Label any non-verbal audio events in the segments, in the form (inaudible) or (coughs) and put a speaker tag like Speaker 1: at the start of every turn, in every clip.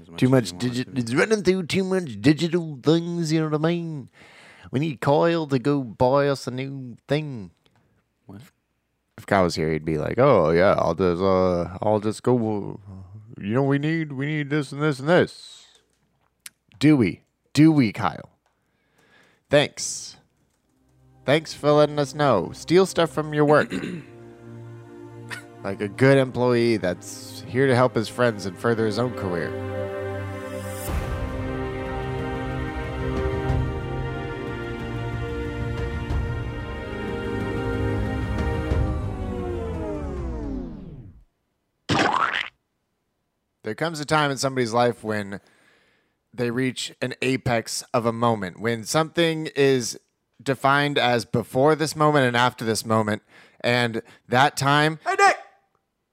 Speaker 1: as much
Speaker 2: too
Speaker 1: as
Speaker 2: much
Speaker 1: you want
Speaker 2: digital.
Speaker 1: to.
Speaker 2: It's running through too much digital things. You know what I mean? We need Kyle to go buy us a new thing.
Speaker 1: What?
Speaker 2: If Kyle was here, he'd be like, "Oh yeah, I'll just uh, I'll just go. uh, You know, we need we need this and this and this. Do we? Do we, Kyle? Thanks. Thanks for letting us know. Steal stuff from
Speaker 1: (coughs)
Speaker 2: your work." Like a good employee that's here to help his friends and further his own career. There comes a time in somebody's life when they reach an apex of a moment, when something is defined as before this moment and after this moment, and that time
Speaker 3: Hey, Nick!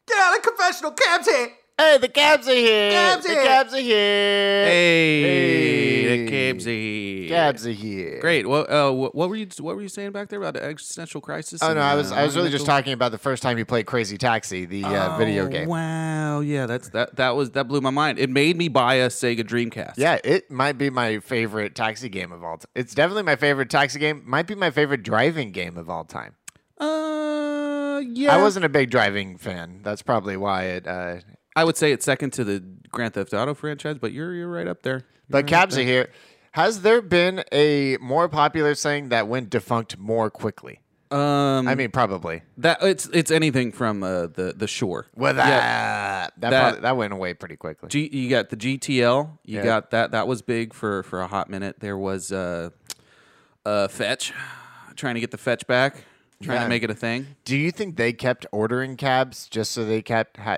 Speaker 3: Get out of the confessional. Cam's here.
Speaker 2: Hey, the cabs are here.
Speaker 3: Cabs
Speaker 2: the
Speaker 3: here.
Speaker 2: cabs are here.
Speaker 1: Hey,
Speaker 2: Hey.
Speaker 1: the Cabsy.
Speaker 2: Cabs are here.
Speaker 1: Great. Well, uh, wh- what were you what were you saying back there about the existential crisis?
Speaker 2: Oh
Speaker 1: and,
Speaker 2: no, I was
Speaker 1: uh,
Speaker 2: I was really just
Speaker 1: mental-
Speaker 2: talking about the first time you played Crazy Taxi, the uh, video
Speaker 1: Oh,
Speaker 2: game.
Speaker 1: Wow. Yeah, that's that that was that blew my mind. It made me buy a Sega Dreamcast.
Speaker 2: Yeah, it might be my favorite taxi game of all time. It's definitely my favorite taxi game. Might be my favorite driving game of all time.
Speaker 1: Uh. Yeah.
Speaker 2: I wasn't a big driving fan. That's probably why it. Uh,
Speaker 1: I would say it's second to the Grand Theft Auto franchise, but you're you're right up there.
Speaker 2: but cabs are here. Has there been a more popular saying that went defunct more quickly?
Speaker 1: Um.
Speaker 2: I mean, probably.
Speaker 1: that it's it's anything from uh, the the shore.
Speaker 2: Well, that that,
Speaker 1: that-
Speaker 2: probably, that went away pretty quickly.
Speaker 1: G, you got the GTL. You
Speaker 2: Yeah.
Speaker 1: got that. That was big for for a hot minute. There was uh, uh fetch, trying to get the fetch back, trying
Speaker 2: Yeah.
Speaker 1: to make it a thing.
Speaker 2: Do you think they kept ordering cabs just so they kept ha-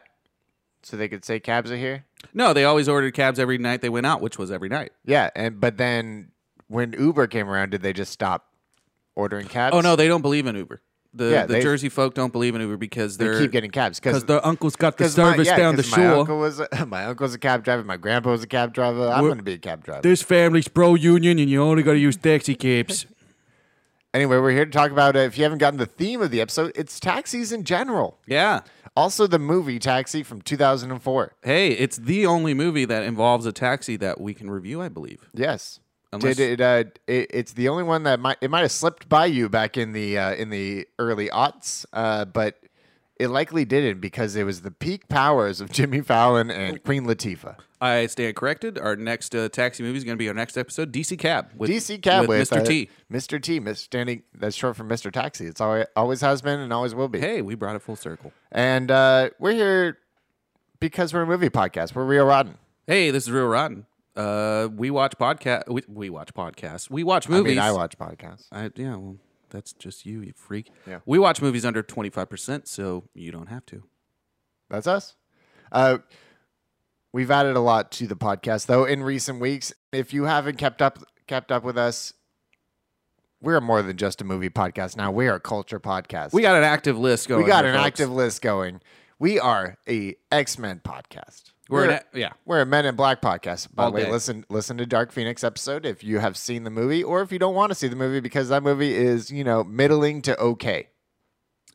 Speaker 2: so they could say cabs are here?
Speaker 1: No, they always ordered cabs every night they went out, which was every night.
Speaker 2: Yeah, and but then when Uber came around, did they just stop ordering cabs?
Speaker 1: Oh no, they don't believe in Uber. The
Speaker 2: Yeah,
Speaker 1: the
Speaker 2: they-
Speaker 1: Jersey folk don't believe in Uber because
Speaker 2: they
Speaker 1: they're
Speaker 2: keep getting cabs
Speaker 1: because
Speaker 2: because
Speaker 1: their uncle's got the service down the
Speaker 2: My
Speaker 1: shore.
Speaker 2: uncle was a, (laughs) my uncle was a cab driver. My grandpa was a cab driver. I'm
Speaker 1: We're-
Speaker 2: going to be a cab driver.
Speaker 1: This family's pro union, and you only got to use taxi cabs.
Speaker 2: Anyway, we're here to talk about uh, if you haven't gotten the theme of the episode, it's taxis in general.
Speaker 1: (laughs) yeah.
Speaker 2: Also, the movie Taxi from 2004.
Speaker 1: Hey, it's the only movie that involves a taxi that we can review, I believe.
Speaker 2: Yes.
Speaker 1: Unless-
Speaker 2: Did it, uh, it? It's the only one that might it might have slipped by you back in the uh, in the early aughts, uh, but it likely didn't because it was the peak powers of (laughs) Jimmy Fallon and Queen Latifah.
Speaker 1: I stand corrected. Our next uh, taxi movie is going to be our next episode, DC Cab. With,
Speaker 2: DC Cab
Speaker 1: with
Speaker 2: with,
Speaker 1: Mr.
Speaker 2: uh,
Speaker 1: T.
Speaker 2: Mr. T, Miss standing. That's short for Mr. Taxi. It's always, always has been and always will be.
Speaker 1: Hey, we brought it full circle.
Speaker 2: And uh, we're here because we're a movie podcast. We're real rotten.
Speaker 1: Hey, this is Real Rotten. Uh, we watch podcast. We, we watch podcasts. We watch
Speaker 2: I
Speaker 1: movies.
Speaker 2: mean, I watch podcasts.
Speaker 1: I- yeah, well, that's just you, you freak.
Speaker 2: Yeah.
Speaker 1: We watch movies under twenty five percent, so you don't have to.
Speaker 2: That's us. Uh, we've added a lot to the podcast though in recent weeks. If you haven't kept up kept up with us, we're more than just a movie podcast now. We are a culture podcast.
Speaker 1: We got an active list going.
Speaker 2: we got
Speaker 1: here,
Speaker 2: an
Speaker 1: folks.
Speaker 2: active list going. We are a X Men podcast.
Speaker 1: We're an a- yeah.
Speaker 2: We're a Men in Black podcast. By
Speaker 1: All
Speaker 2: the way,
Speaker 1: day.
Speaker 2: listen listen to Dark Phoenix episode if you have seen the movie or if you don't want to see the movie because that movie is you know middling to okay,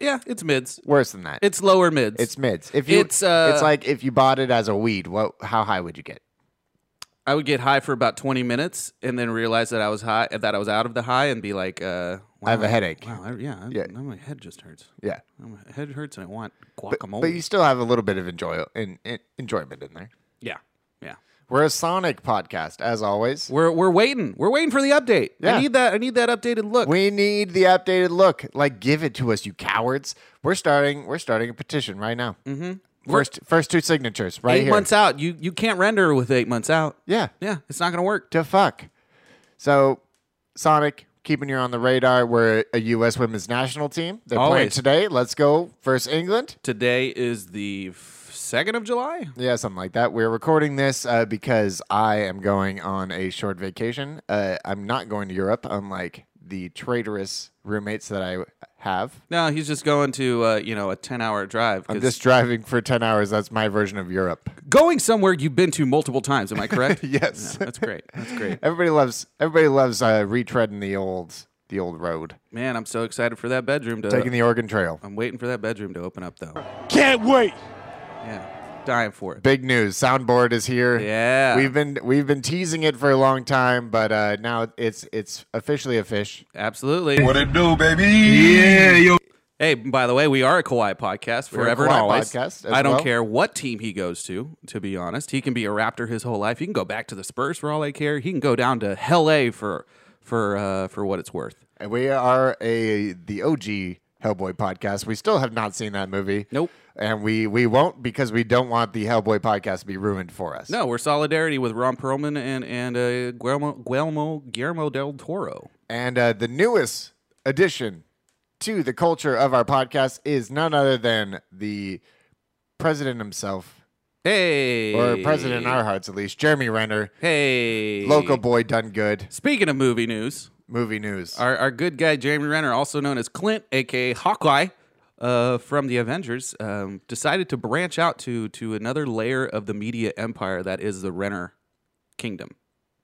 Speaker 1: Yeah, it's mids.
Speaker 2: worse than that.
Speaker 1: It's lower mids.
Speaker 2: It's mids. If you,
Speaker 1: It's, uh,
Speaker 2: it's like if you bought it as a weed, what? How high would you get?
Speaker 1: I would get high for about 20 minutes and then realize that I was high, that I was out of the high, and be like, uh, wow,
Speaker 2: I have a headache.
Speaker 1: Wow, I, yeah, I,
Speaker 2: Yeah.
Speaker 1: now my head just hurts.
Speaker 2: Yeah,
Speaker 1: Now My head hurts, and I want
Speaker 2: but,
Speaker 1: guacamole.
Speaker 2: but you still have a little bit of enjoy in, in, enjoyment in there.
Speaker 1: yeah, yeah.
Speaker 2: We're a Sonic podcast, as always.
Speaker 1: We're we're waiting. We're waiting for the update.
Speaker 2: Yeah.
Speaker 1: I need that. I need that updated look.
Speaker 2: We need the updated look. Like, give it to us, you cowards. We're starting. We're starting a petition right now. Mm-hmm. First, first two signatures right
Speaker 1: eight
Speaker 2: here.
Speaker 1: months out, you you can't render with eight months out.
Speaker 2: Yeah.
Speaker 1: Yeah, it's not gonna work.
Speaker 2: To fuck. So, Sonic, keeping you on the radar. We're a U.S. women's national team. They're playing
Speaker 1: Always.
Speaker 2: today. Let's go versus England.
Speaker 1: Today is the second of July.
Speaker 2: Yeah, something like that. We're recording this uh, because I am going on a short vacation. Uh, I'm not going to Europe, unlike the traitorous roommates that I have.
Speaker 1: No, he's just going to uh, you know a ten hour drive.
Speaker 2: I'm
Speaker 1: 'cause
Speaker 2: just driving for 10 hours. That's my version of Europe.
Speaker 1: going somewhere you've been to multiple times. Am I correct?
Speaker 2: (laughs) Yes.
Speaker 1: That's great. That's great.
Speaker 2: Everybody loves everybody loves uh, retreading the old the old road.
Speaker 1: Man, I'm so excited for that bedroom to
Speaker 2: Taking the Oregon Trail.
Speaker 1: I'm waiting for that bedroom to open up, though.
Speaker 4: Can't wait.
Speaker 1: Yeah. dying for it.
Speaker 2: Big news. Soundboard is here.
Speaker 1: Yeah.
Speaker 2: We've been we've been teasing it for a long time, but uh, now it's it's officially a fish.
Speaker 1: Absolutely.
Speaker 4: What it do, baby? Yeah, yo.
Speaker 1: Hey, by the way, we are a Kawhi podcast
Speaker 2: a
Speaker 1: forever
Speaker 2: Kawhi
Speaker 1: and always.
Speaker 2: podcast as
Speaker 1: I don't
Speaker 2: well.
Speaker 1: care what team he goes to. To be honest, he can be a Raptor his whole life. He can go back to the Spurs for all I care. He can go down to Hell A for for uh, for what it's worth.
Speaker 2: And we are a the OG Hellboy podcast. We still have not seen that movie.
Speaker 1: Nope.
Speaker 2: And we we won't because we don't want the Hellboy podcast to be ruined for us.
Speaker 1: No, we're solidarity with Ron Perlman and and uh, Guillermo, Guillermo Guillermo del Toro.
Speaker 2: And uh, the newest addition to the culture of our podcast is none other than the president himself,
Speaker 1: Hey,
Speaker 2: or president in our hearts at least, Jeremy Renner,
Speaker 1: Hey,
Speaker 2: local boy done good,
Speaker 1: Speaking of movie news,
Speaker 2: movie news.
Speaker 1: our, our good guy Jeremy Renner, also known as Clint, aka Hawkeye, uh, from the Avengers, um, decided to branch out to to another layer of the media empire that is the Renner kingdom.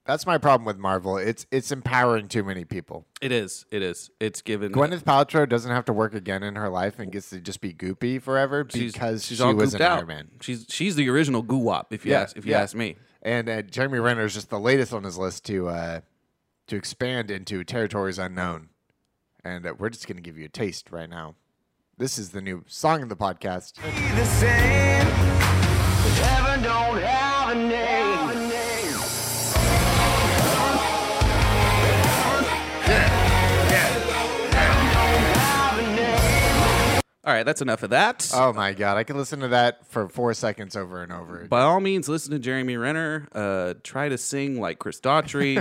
Speaker 2: That's my problem with Marvel. It's it's empowering too many people.
Speaker 1: It is. It is. It's given.
Speaker 2: Gwyneth Paltrow doesn't have to work again in her life and gets to just be goopy forever because she was
Speaker 1: gooped
Speaker 2: an Iron Man.
Speaker 1: She's she's the original goo wop. If you
Speaker 2: Yeah,
Speaker 1: ask if you
Speaker 2: yeah.
Speaker 1: ask me.
Speaker 2: And uh, Jeremy Renner is just the latest on his list to uh, to expand into territories unknown. And uh, we're just going to give you a taste right now. This is the new song of the podcast.
Speaker 4: The same. Heaven don't have a name.
Speaker 1: All right, that's enough of that.
Speaker 2: Oh my god, I could listen to that for four seconds over and over.
Speaker 1: By all means, listen to Jeremy Renner. Uh, try to sing like Chris
Speaker 2: (laughs)
Speaker 1: Daughtry.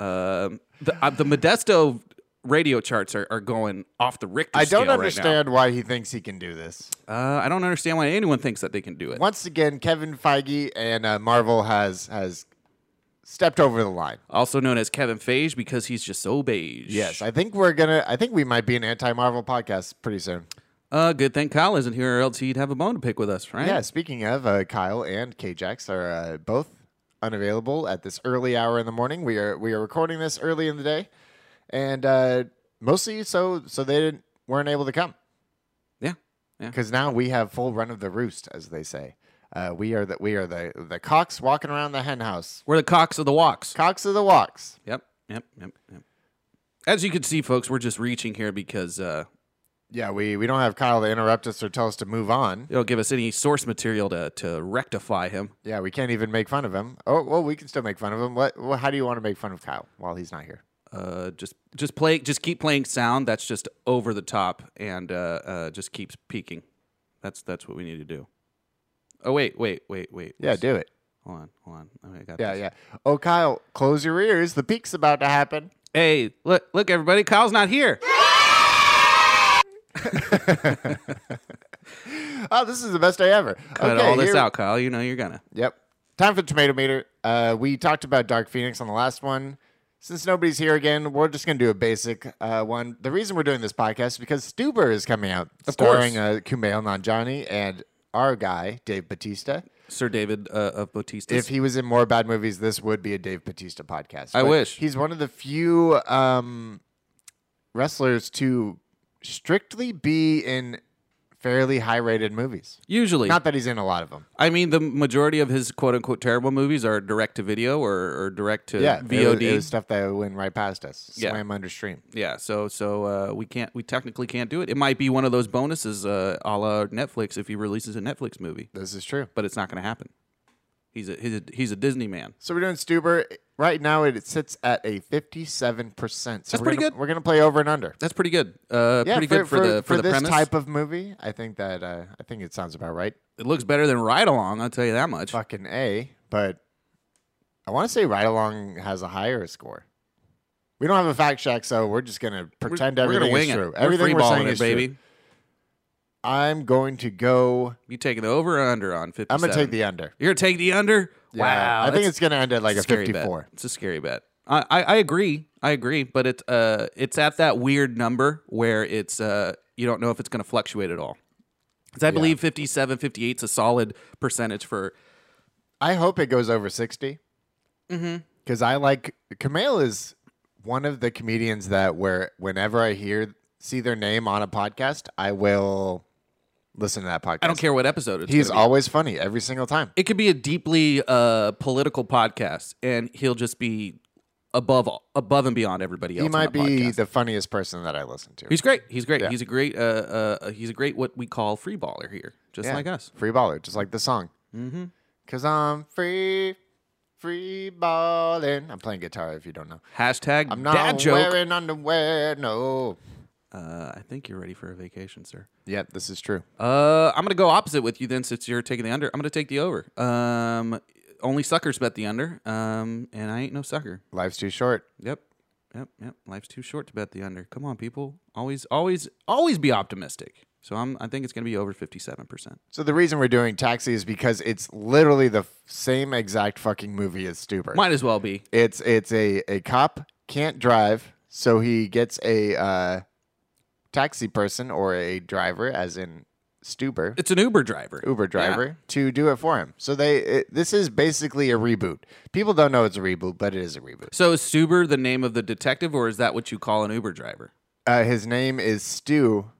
Speaker 1: um, the, uh, the Modesto radio charts are, are going off the Richter
Speaker 2: I don't
Speaker 1: scale right now.
Speaker 2: understand why he thinks he can do this.
Speaker 1: Uh, I don't understand why anyone thinks that they can do it.
Speaker 2: Once again, Kevin Feige and uh, Marvel has has stepped over the line.
Speaker 1: Also known as Kevin Feige because he's just so beige.
Speaker 2: Yes, I think we're gonna. I think we might be an anti-Marvel podcast pretty soon.
Speaker 1: Uh, good thing Kyle isn't here, or else he'd have a bone to pick with us, right?
Speaker 2: Yeah. Speaking of, uh, Kyle and KJax are uh, both unavailable at this early hour in the morning. We are we are recording this early in the day, and uh, mostly so so they didn't, weren't able to come
Speaker 1: Yeah. Yeah.
Speaker 2: because now we have full run of the roost, as they say. Uh, we are the we are the the cocks walking around the hen house.
Speaker 1: We're the cocks of the walks.
Speaker 2: Cocks of the walks.
Speaker 1: Yep. Yep. Yep. Yep. As you can see, folks, we're just reaching here because uh,
Speaker 2: Yeah, we, we don't have Kyle to interrupt us or tell us to move on.
Speaker 1: it'll give us any source material to, to rectify him.
Speaker 2: Yeah, we can't even make fun of him. Oh, well, we can still make fun of him. What? Well, how do you want to make fun of Kyle while he's not here?
Speaker 1: uh, just just play just keep playing sound that's just over the top and uh, uh, just keeps peaking that's that's what we need to do oh wait wait wait wait
Speaker 2: Yeah, do it.
Speaker 1: hold on hold on oh, I got
Speaker 2: Yeah,
Speaker 1: this.
Speaker 2: yeah. Oh, Kyle, close your ears. The peak's about to happen. (laughs)
Speaker 1: hey look look everybody kyle's not here
Speaker 2: Oh, this is the best day ever.
Speaker 1: cut all this
Speaker 2: here-
Speaker 1: out kyle you know you're gonna
Speaker 2: Yep. Time for the tomato meter. Uh, we talked about Dark Phoenix on the last one. Since nobody's here again, we're just going to do a basic uh, one. The reason we're doing this podcast is because Stuber is coming out,
Speaker 1: course.
Speaker 2: starring uh, Kumail Nanjiani and our guy Dave Batista.
Speaker 1: sir david uh, of bautista
Speaker 2: if he was in more bad movies, this would be a Dave Batista podcast.
Speaker 1: I
Speaker 2: But
Speaker 1: wish.
Speaker 2: He's one of the few um, wrestlers to strictly be in fairly high rated movies.
Speaker 1: usually
Speaker 2: Not that he's in a lot of them.
Speaker 1: i mean the majority of his quote-unquote terrible movies are direct to video or, or direct to
Speaker 2: Yeah. It was,
Speaker 1: vod
Speaker 2: it was stuff that went right past us.
Speaker 1: Yeah.
Speaker 2: Slam under stream.
Speaker 1: yeah so so uh, we can't we technically can't do it it might be one of those bonuses uh, a la netflix if he releases a netflix movie
Speaker 2: This is true.
Speaker 1: but it's not going to happen. He's a he's a, he's a Disney man.
Speaker 2: So we're doing Stuber. Right now, it sits at a 57%. So That's
Speaker 1: pretty good.
Speaker 2: We're going to play over and under.
Speaker 1: That's pretty good. Uh,
Speaker 2: Yeah,
Speaker 1: pretty good for, the for, the
Speaker 2: this
Speaker 1: premise.
Speaker 2: type of movie, I think that uh, I think it sounds about right.
Speaker 1: it looks better than Ride Along. I'll tell you that much.
Speaker 2: fucking A, but I want to say Ride Along has a higher score. We don't have a fact check, so we're just gonna pretend
Speaker 1: We're
Speaker 2: everything
Speaker 1: gonna wing
Speaker 2: is
Speaker 1: it.
Speaker 2: true.
Speaker 1: We're
Speaker 2: everything we're
Speaker 1: freeballing
Speaker 2: saying
Speaker 1: it,
Speaker 2: is
Speaker 1: baby.
Speaker 2: true. I'm going to go.
Speaker 1: You taking the over or under on fifty?
Speaker 2: I'm gonna take the under.
Speaker 1: You're gonna take the under.
Speaker 2: Yeah,
Speaker 1: wow,
Speaker 2: I think
Speaker 1: that's
Speaker 2: it's gonna end at like a
Speaker 1: scary bet.
Speaker 2: 54.
Speaker 1: It's a scary bet. I, I, I agree. I agree. But it's uh it's at that weird number where it's uh you don't know if it's going to fluctuate at all. 'Cause I believe 57, 58 is a solid percentage for
Speaker 2: I hope it goes over 60.
Speaker 1: Mm-hmm.
Speaker 2: Because I like Kumail is one of the comedians that where whenever I hear see their name on a podcast, I will Listen to that podcast.
Speaker 1: I don't care what episode it's.
Speaker 2: He's
Speaker 1: gonna be.
Speaker 2: always funny every single time.
Speaker 1: It could be a deeply uh, political podcast, and he'll just be above all, above and beyond everybody else.
Speaker 2: He
Speaker 1: on
Speaker 2: might
Speaker 1: that
Speaker 2: be
Speaker 1: podcast.
Speaker 2: the funniest person that I listen to.
Speaker 1: He's great. He's great.
Speaker 2: Yeah.
Speaker 1: He's a great. Uh, uh, he's a great what we call free baller here, just
Speaker 2: Yeah.
Speaker 1: like us.
Speaker 2: Free baller, just like the song. Mm-hmm. Cause I'm free, free balling. I'm playing guitar. If you don't know,
Speaker 1: Hashtag
Speaker 2: I'm not
Speaker 1: dad joke.
Speaker 2: wearing underwear. No.
Speaker 1: Uh, I think you're ready for a vacation, sir.
Speaker 2: Yep, this is true.
Speaker 1: Uh, I'm gonna go opposite with you then, since you're taking the under. I'm gonna take the over. Um, only suckers bet the under. Um, and I ain't no sucker.
Speaker 2: Life's too short.
Speaker 1: Yep, yep, yep. Life's too short to bet the under. Come on, people. Always, always, always be optimistic. So I'm. I think it's gonna be over 57. percent
Speaker 2: So the reason we're doing Taxi is because it's literally the f- same exact fucking movie as Stuber.
Speaker 1: Might as well be.
Speaker 2: It's it's a a cop can't drive, so he gets a uh, taxi person or a driver, as in Stuber,
Speaker 1: It's an Uber driver.
Speaker 2: Uber
Speaker 1: Yeah.
Speaker 2: driver, to do it for him. So they it, this is basically a reboot. People don't know it's a reboot, but it is a reboot.
Speaker 1: So is Stuber the name of the detective, or is that what you call an Uber driver?
Speaker 2: Uh, his name is Stu,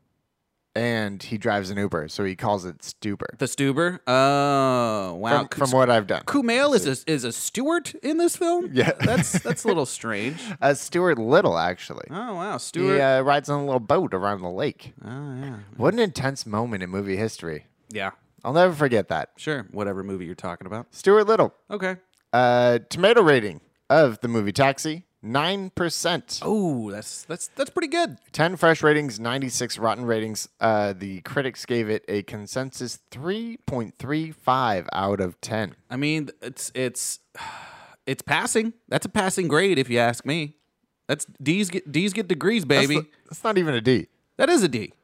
Speaker 2: and he drives an Uber, so he calls it Stuber.
Speaker 1: The Stuber. Oh wow.
Speaker 2: From, from what I've done,
Speaker 1: Kumail is a, is a steward in this film.
Speaker 2: Yeah.
Speaker 1: (laughs) that's that's a little
Speaker 2: (laughs)
Speaker 1: strange.
Speaker 2: uh, Stuart Little actually.
Speaker 1: Oh wow, Stewart.
Speaker 2: He uh, rides on a little boat around the lake.
Speaker 1: Oh yeah.
Speaker 2: What an intense moment in movie history.
Speaker 1: Yeah.
Speaker 2: I'll never forget that.
Speaker 1: Sure. Whatever movie you're talking about.
Speaker 2: Stuart Little.
Speaker 1: Okay.
Speaker 2: Uh, tomato rating of the movie Taxi, 9%.
Speaker 1: Oh, that's that's that's pretty good.
Speaker 2: 10 fresh ratings, 96 rotten ratings. Uh, the critics gave it a consensus 3.35 out of 10.
Speaker 1: I mean, it's it's (sighs) it's passing. That's a passing grade, if you ask me. That's D's get D's get degrees,
Speaker 2: That's
Speaker 1: baby.
Speaker 2: the- That's not even a D.
Speaker 1: that is a D.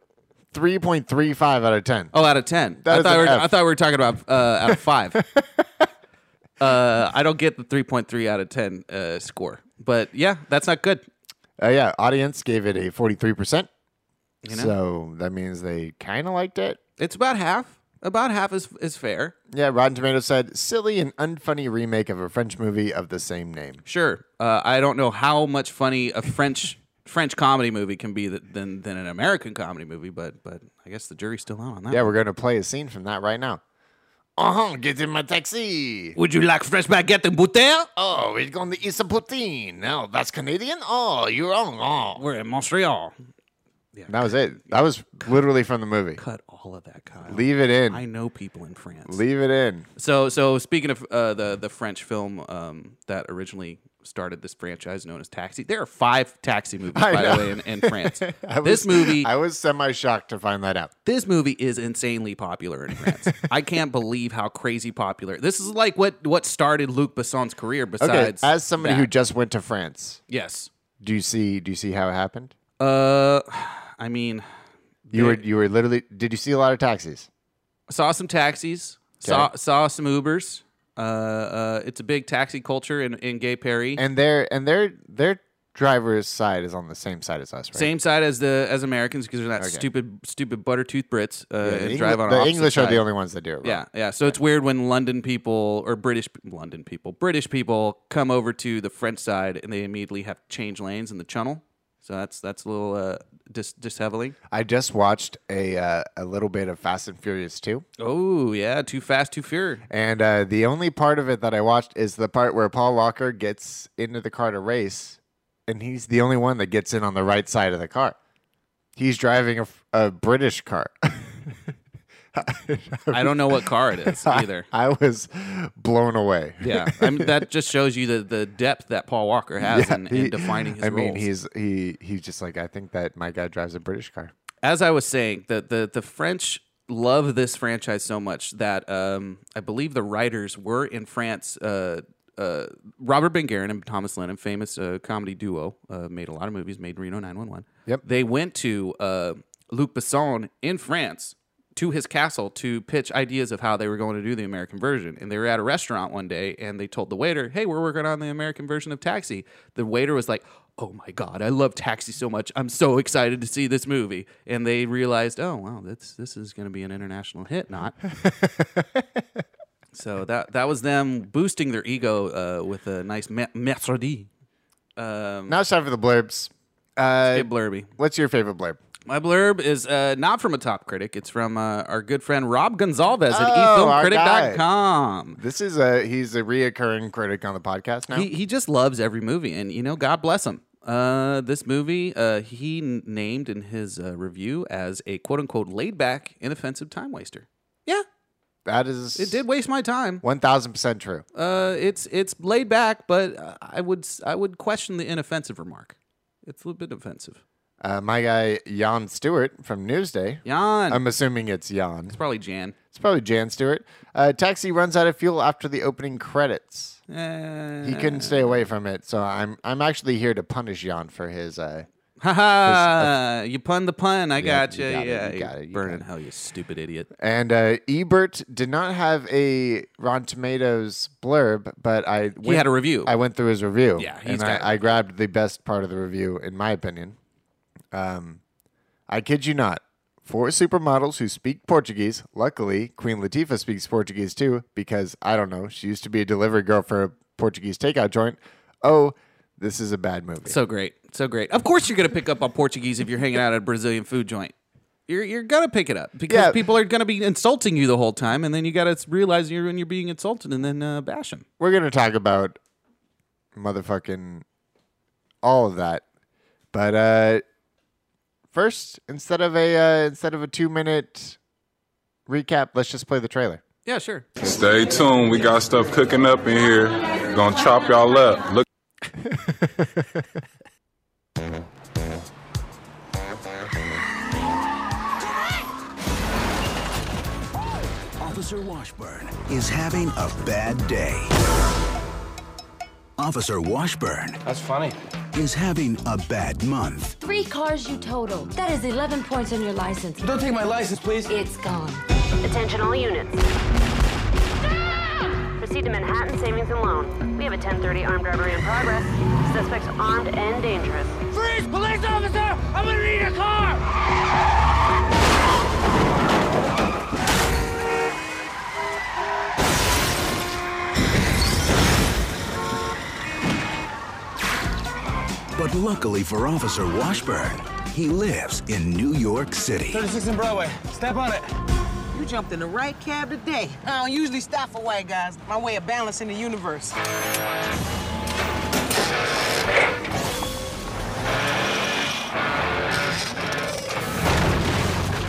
Speaker 2: 3.35 out of 10.
Speaker 1: Oh, out of ten.
Speaker 2: That
Speaker 1: I
Speaker 2: is
Speaker 1: thought
Speaker 2: an
Speaker 1: we were,
Speaker 2: F.
Speaker 1: I thought we were talking about uh, out of
Speaker 2: (laughs)
Speaker 1: five. uh, I don't get the three point three out of ten uh, score, but yeah, that's not good.
Speaker 2: Uh, yeah, audience gave it a 43%.
Speaker 1: You know?
Speaker 2: So that means they kind of liked it.
Speaker 1: It's about half. About half is is fair.
Speaker 2: Yeah, Rotten Tomatoes said silly and unfunny remake of a French movie of the same name.
Speaker 1: Sure. Uh, I don't know how much funny a French French comedy movie can be th- than than an American comedy movie, but but I guess the jury's still out on that.
Speaker 2: Yeah, we're going to play a scene from that right now. Uh huh, get in my taxi.
Speaker 1: Would you like fresh baguette and bouteille?
Speaker 2: Oh, we're going to eat some poutine. No, that's Canadian? Oh, you're wrong. Oh.
Speaker 1: We're in Montreal.
Speaker 2: That was it. That was literally from the movie.
Speaker 1: Cut all of that, Kyle.
Speaker 2: Leave it
Speaker 1: I
Speaker 2: in.
Speaker 1: know people in France.
Speaker 2: Leave it in.
Speaker 1: So so speaking of uh, the the French film um, that originally started this franchise known as Taxi, there are five Taxi movies (laughs)
Speaker 2: I
Speaker 1: by
Speaker 2: know.
Speaker 1: the way in, in France.
Speaker 2: (laughs) I
Speaker 1: this
Speaker 2: was-
Speaker 1: movie
Speaker 2: I was semi shocked to find that out.
Speaker 1: this movie is insanely popular in France. I can't believe how crazy popular. This is like what what started Luc Besson's career.
Speaker 2: Okay,
Speaker 1: Besides,
Speaker 2: as somebody
Speaker 1: that.
Speaker 2: who just went to France,
Speaker 1: yes,
Speaker 2: do you see? Do you see how it happened?
Speaker 1: uh, I mean,
Speaker 2: You were you were literally. Did you see a lot of taxis?
Speaker 1: saw some taxis, saw saw some Ubers. Uh, uh, it's a big taxi culture in in Gay Perry.
Speaker 2: And their and their their driver's side is on the same side as us, right?
Speaker 1: same side as the as Americans because they're not stupid stupid butter tooth Brits uh,
Speaker 2: The,
Speaker 1: and
Speaker 2: Engli-
Speaker 1: drive on
Speaker 2: the
Speaker 1: opposite
Speaker 2: English are
Speaker 1: sides.
Speaker 2: the only ones that do it. Right?
Speaker 1: Yeah, yeah. So it's weird when London people or British London people, British people come over to the French side and they immediately have to change lanes in the channel. So that's that's a little uh, dis- disheveling.
Speaker 2: I just watched a uh, a little bit of Fast and Furious 2.
Speaker 1: Oh yeah, too fast, too furious.
Speaker 2: And uh, the only part of it that I watched is the part where Paul Walker gets into the car to race, and he's the only one that gets in on the right side of the car. He's driving a, f- a British car. (laughs)
Speaker 1: I don't know what car it
Speaker 2: (laughs)
Speaker 1: is either.
Speaker 2: I was blown away. (laughs)
Speaker 1: Yeah, I mean, that just shows you the, the depth that Paul Walker has in, in
Speaker 2: He-
Speaker 1: defining his
Speaker 2: I mean,
Speaker 1: roles.
Speaker 2: he's he he's just like I think that my guy drives a British car.
Speaker 1: as I was saying, the the the French love this franchise so much that um, I believe the writers were in France. Uh, uh, Robert Ben Guerin and Thomas Lennon, famous uh, comedy duo, uh, made a lot of movies. Made Reno 911.
Speaker 2: Yep.
Speaker 1: They went to uh, Luc Besson in France to his castle to pitch ideas of how they were going to do the American version. And they were at a restaurant one day, and they told the waiter, "Hey, we're working on the American version of Taxi." The waiter was like, "Oh my god, I love Taxi so much! I'm so excited to see this movie." And they realized, "Oh wow, that's this is going to be an international hit." Not. So that that was them boosting their ego uh, with a nice me- mercredi. Um,
Speaker 2: Now it's time for the blurbs. Uh,
Speaker 1: get blurby.
Speaker 2: what's your favorite blurb?
Speaker 1: My blurb is uh, not from a top critic. It's from uh, our good friend Rob Gonzalez at e
Speaker 2: Oh, our guy.
Speaker 1: efilmcritic.com.
Speaker 2: This is a he's a reoccurring critic on the podcast now.
Speaker 1: He, he just loves every movie, and you know, God bless him. Uh, this movie uh, he n- named in his uh, review as a quote unquote laid back, inoffensive time waster. Yeah,
Speaker 2: that is
Speaker 1: it did waste my time.
Speaker 2: one thousand percent true.
Speaker 1: Uh, it's it's laid back, but uh, I would s- I would question the inoffensive remark. It's a little bit offensive.
Speaker 2: Uh, my guy Jan Stewart from Newsday.
Speaker 1: Jan,
Speaker 2: I'm assuming it's Jan.
Speaker 1: it's probably Jan.
Speaker 2: It's probably Jan Stewart. Uh, taxi runs out of fuel after the opening credits.
Speaker 1: Eh.
Speaker 2: He couldn't stay away from it, so I'm I'm actually here to punish Jan for his. Uh,
Speaker 1: Ha ha! You pun the pun. I
Speaker 2: Yeah,
Speaker 1: got
Speaker 2: you
Speaker 1: you.
Speaker 2: got it,
Speaker 1: Yeah,
Speaker 2: you got it, you
Speaker 1: burn
Speaker 2: got
Speaker 1: in hell, you stupid idiot.
Speaker 2: and uh, Ebert did not have a Rotten Tomatoes blurb, but I went,
Speaker 1: We had a review.
Speaker 2: I went through his review.
Speaker 1: Yeah, he's
Speaker 2: and
Speaker 1: got-
Speaker 2: I, I grabbed the best part of the review, in my opinion. Um, I kid you not. Four supermodels who speak Portuguese. Luckily, Queen Latifah speaks Portuguese too, because I don't know. She used to be a delivery girl for a Portuguese takeout joint. Oh, this is a bad movie.
Speaker 1: so great, so great. Of course, you're gonna pick up on Portuguese if you're hanging out at a Brazilian food joint. You're you're gonna pick it up because
Speaker 2: Yeah.
Speaker 1: people are gonna be insulting you the whole time, and then you gotta realize you're when you're being insulted, and then uh, bash them.
Speaker 2: We're gonna talk about motherfucking all of that, but uh, first, instead of a uh, instead of a two minute recap, let's just play the trailer.
Speaker 1: Yeah, sure.
Speaker 5: Stay tuned. We got stuff cooking up in here. Gonna chop y'all up. Look.
Speaker 6: Officer Washburn is having a bad day. Officer Washburn
Speaker 7: That's funny.
Speaker 6: is having a bad month.
Speaker 8: Three cars you totaled. That is 11 points on your license.
Speaker 7: Don't take my license, please.
Speaker 8: It's gone.
Speaker 9: Attention all units. Proceed to Manhattan Savings and Loan. We have a 1030 armed robbery in progress. Suspects armed and dangerous.
Speaker 4: Freeze, police officer! I'm gonna need a car!
Speaker 6: But luckily for Officer Washburn, he lives in New York City.
Speaker 7: 36 and Broadway. Step on it.
Speaker 10: You jumped in the right cab today. I don't usually stop for white guys. My way of balancing the universe.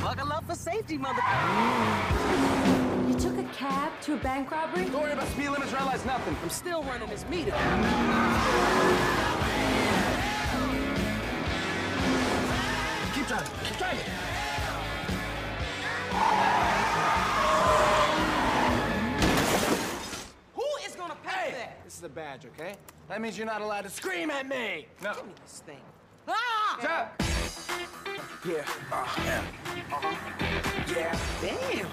Speaker 10: Buckle up for safety, mother.
Speaker 8: You took a cab to a bank robbery?
Speaker 7: Don't worry about speed limits, red lights, nothing.
Speaker 10: I'm still running this meter.
Speaker 7: Keep driving. Keep driving.
Speaker 10: Who is gonna pay for that?
Speaker 7: This is a badge, okay? That means you're not allowed to scream at me. No.
Speaker 10: Give me this thing. Ah!
Speaker 7: Stop. Yeah. Uh, yeah. Uh-huh. Yeah.
Speaker 10: Damn.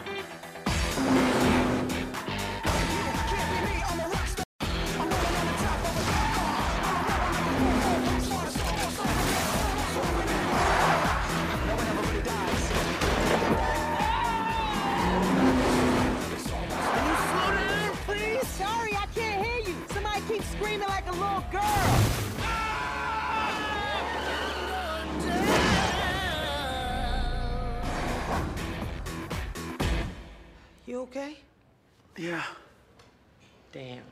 Speaker 10: Please, sorry, I can't hear you. Somebody keeps screaming like a little girl. You okay?
Speaker 7: Yeah.
Speaker 10: Damn.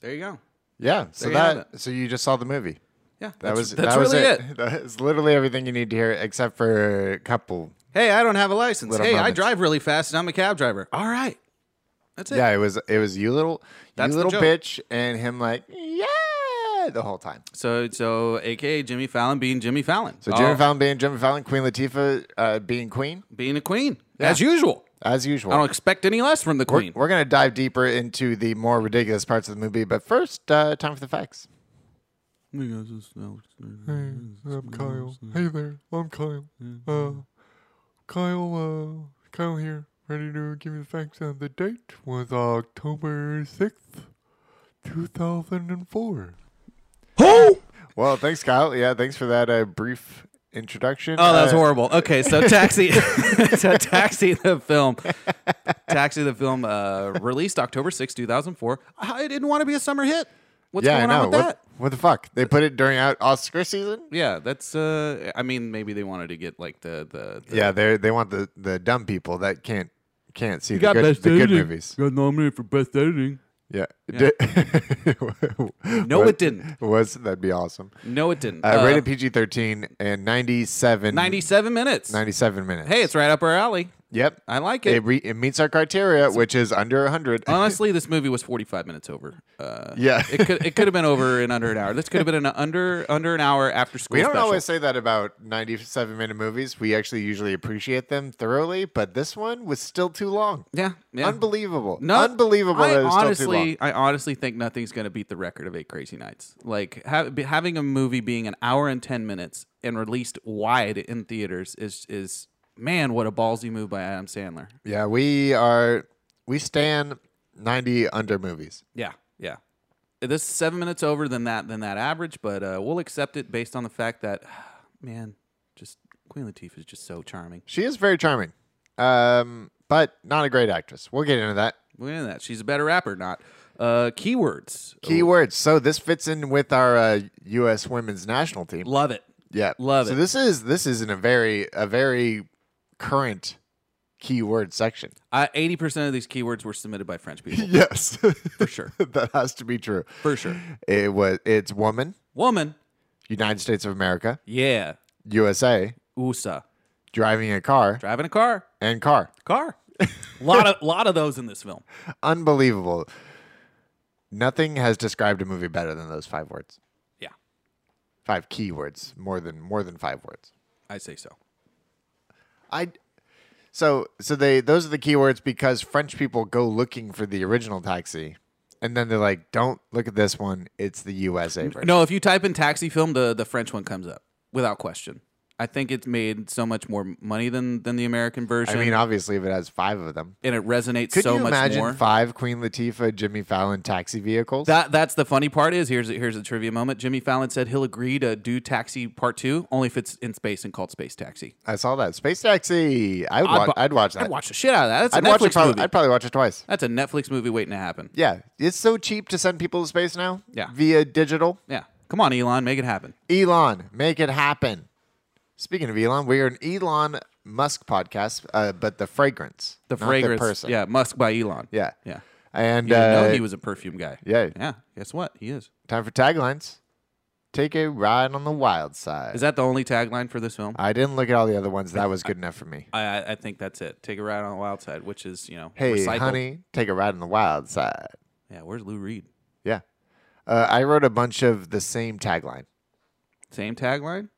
Speaker 1: There you go.
Speaker 2: Yeah, so
Speaker 1: There you have
Speaker 2: that so you just saw the movie.
Speaker 1: Yeah,
Speaker 2: That
Speaker 1: that's-
Speaker 2: was
Speaker 1: that's
Speaker 2: that was
Speaker 1: really
Speaker 2: it. (laughs) That is literally everything you need to hear, except for a couple.
Speaker 1: Hey, I don't have a license.
Speaker 2: Little
Speaker 1: hey, I
Speaker 2: moments.
Speaker 1: drive really fast, and I'm a cab driver. All right, that's it.
Speaker 2: Yeah, it was it was you little
Speaker 1: That's
Speaker 2: you
Speaker 1: the
Speaker 2: little
Speaker 1: joke.
Speaker 2: bitch and him like yeah the whole time.
Speaker 1: So so, aka Jimmy Fallon being Jimmy Fallon.
Speaker 2: So Jimmy
Speaker 1: Oh,
Speaker 2: Fallon being Jimmy Fallon, Queen Latifah uh, being Queen
Speaker 1: being a queen as usual.
Speaker 2: as usual.
Speaker 1: I don't expect any less from the
Speaker 2: we're,
Speaker 1: queen.
Speaker 2: we're gonna dive deeper into the more ridiculous parts of the movie, but first, uh, time for the facts.
Speaker 11: I'm Kyle. Hey there, I'm Kyle. Uh, Kyle, uh, Kyle here, ready to give you the facts on the date was October 6th, 2004.
Speaker 2: Well, thanks, Kyle. Yeah, thanks for that uh, brief introduction.
Speaker 1: Oh, that was
Speaker 2: Uh,
Speaker 1: horrible. Okay, so (laughs) Taxi, so Taxi the film, Taxi the film, uh, released October 6, two thousand four. I didn't want to be a summer hit. What's
Speaker 2: Yeah, I
Speaker 1: going on
Speaker 2: know.
Speaker 1: with
Speaker 2: What-
Speaker 1: that?
Speaker 2: What the fuck? They put it during out Oscar season?
Speaker 1: Yeah, that's. Uh, I mean, maybe they wanted to get like the the. the
Speaker 2: Yeah, they they want the, the dumb people that can't can't see the good, the good movies.
Speaker 1: Got nominated for best editing.
Speaker 2: Yeah. (laughs)
Speaker 1: Yeah. No,
Speaker 2: What-
Speaker 1: it didn't.
Speaker 2: Was that'd be awesome.
Speaker 1: No, it didn't.
Speaker 2: Uh, rated PG thirteen and 97,
Speaker 1: ninety-seven minutes.
Speaker 2: 97 minutes.
Speaker 1: Hey, it's right up our alley.
Speaker 2: yep.
Speaker 1: I like it.
Speaker 2: It, re- it meets our criteria, which is under hundred.
Speaker 1: (laughs) Honestly, this movie was forty-five minutes over. Uh,
Speaker 2: Yeah.
Speaker 1: it could it could have been over in under an hour. This could have been an under under an hour after school.
Speaker 2: we don't
Speaker 1: special.
Speaker 2: always say that about ninety-seven minute movies. We actually usually appreciate them thoroughly, but this one was still too long.
Speaker 1: Yeah, yeah.
Speaker 2: Unbelievable.
Speaker 1: No,
Speaker 2: Unbelievable
Speaker 1: I
Speaker 2: that it was
Speaker 1: honestly,
Speaker 2: still too long.
Speaker 1: I honestly think nothing's going to beat the record of Eight Crazy Nights. Like ha- be- having a movie being an hour and ten minutes and released wide in theaters is is man, what a ballsy move by Adam Sandler.
Speaker 2: Yeah, we are we stand ninety under movies.
Speaker 1: Yeah, yeah. This is seven minutes over than that than that average, but uh, we'll accept it based on the fact that (sighs) man, just Queen Latifah is just so charming.
Speaker 2: She is very charming, um, but not a great actress. We'll get into that.
Speaker 1: Look at that. She's a better rapper, not uh, keywords.
Speaker 2: Keywords. So this fits in with our uh, U.S. women's national team.
Speaker 1: Love it.
Speaker 2: yeah,
Speaker 1: love
Speaker 2: so
Speaker 1: it.
Speaker 2: So this is this is in a very a very current keyword
Speaker 1: (laughs)
Speaker 2: section.
Speaker 1: Eighty percent of these keywords were submitted by French
Speaker 2: (laughs)
Speaker 1: people
Speaker 2: Yes,
Speaker 1: (laughs) for sure.
Speaker 2: that has to be true.
Speaker 1: For sure.
Speaker 2: It was. It's woman,
Speaker 1: Woman.
Speaker 2: United States of America,
Speaker 1: Yeah.
Speaker 2: USA,
Speaker 1: USA.
Speaker 2: driving a car,
Speaker 1: Driving a car.
Speaker 2: and car.
Speaker 1: Car. lot of lot of those in this film.
Speaker 2: Unbelievable. Nothing has described a movie better than those five words.
Speaker 1: Yeah.
Speaker 2: Five keywords, more than more than five words.
Speaker 1: I say so.
Speaker 2: I so so they those are the keywords because French people go looking for the original taxi, and then they're like, "Don't look at this one. It's the USA version."
Speaker 1: No, if you type in taxi film, the, the French one comes up without question. I think it's made so much more money than than the American
Speaker 2: I
Speaker 1: version.
Speaker 2: mean, obviously, if it has five of them,
Speaker 1: and it resonates
Speaker 2: could
Speaker 1: so
Speaker 2: you
Speaker 1: much
Speaker 2: imagine
Speaker 1: more.
Speaker 2: five Queen Latifah, Jimmy Fallon taxi vehicles?
Speaker 1: That that's the funny part is here's a, here's a trivia moment. Jimmy Fallon said he'll agree to do Taxi Part Two only if it's in space and called Space Taxi.
Speaker 2: I saw that space taxi. I would wa-
Speaker 1: bu-
Speaker 2: I'd watch that.
Speaker 1: I'd watch the shit out of that. That's a
Speaker 2: I'd
Speaker 1: Netflix
Speaker 2: watch it. Probably,
Speaker 1: movie.
Speaker 2: I'd probably watch it twice.
Speaker 1: that's a Netflix movie waiting to happen.
Speaker 2: Yeah, it's so cheap to send people to space now.
Speaker 1: Yeah.
Speaker 2: via digital.
Speaker 1: Yeah, come on, Elon, make it happen.
Speaker 2: Elon, make it happen. Speaking of Elon, we are an Elon Musk podcast, uh, but the fragrance,
Speaker 1: The
Speaker 2: not
Speaker 1: fragrance,
Speaker 2: person.
Speaker 1: yeah, Musk by Elon.
Speaker 2: yeah,
Speaker 1: yeah.
Speaker 2: And
Speaker 1: You didn't know
Speaker 2: uh,
Speaker 1: he was a perfume guy.
Speaker 2: yeah.
Speaker 1: yeah. Guess what? He is.
Speaker 2: time for taglines. Take a ride on the wild side.
Speaker 1: Is that the only tagline for this film?
Speaker 2: I didn't look at all the other ones. That was good enough for me.
Speaker 1: I, I, I think that's it. Take a ride on the wild side, which is you know,
Speaker 2: Hey,
Speaker 1: recycled.
Speaker 2: honey, take a ride on the wild side.
Speaker 1: Yeah, where's Lou Reed?
Speaker 2: Yeah, uh, I wrote a bunch of the same tagline.
Speaker 1: Same tagline.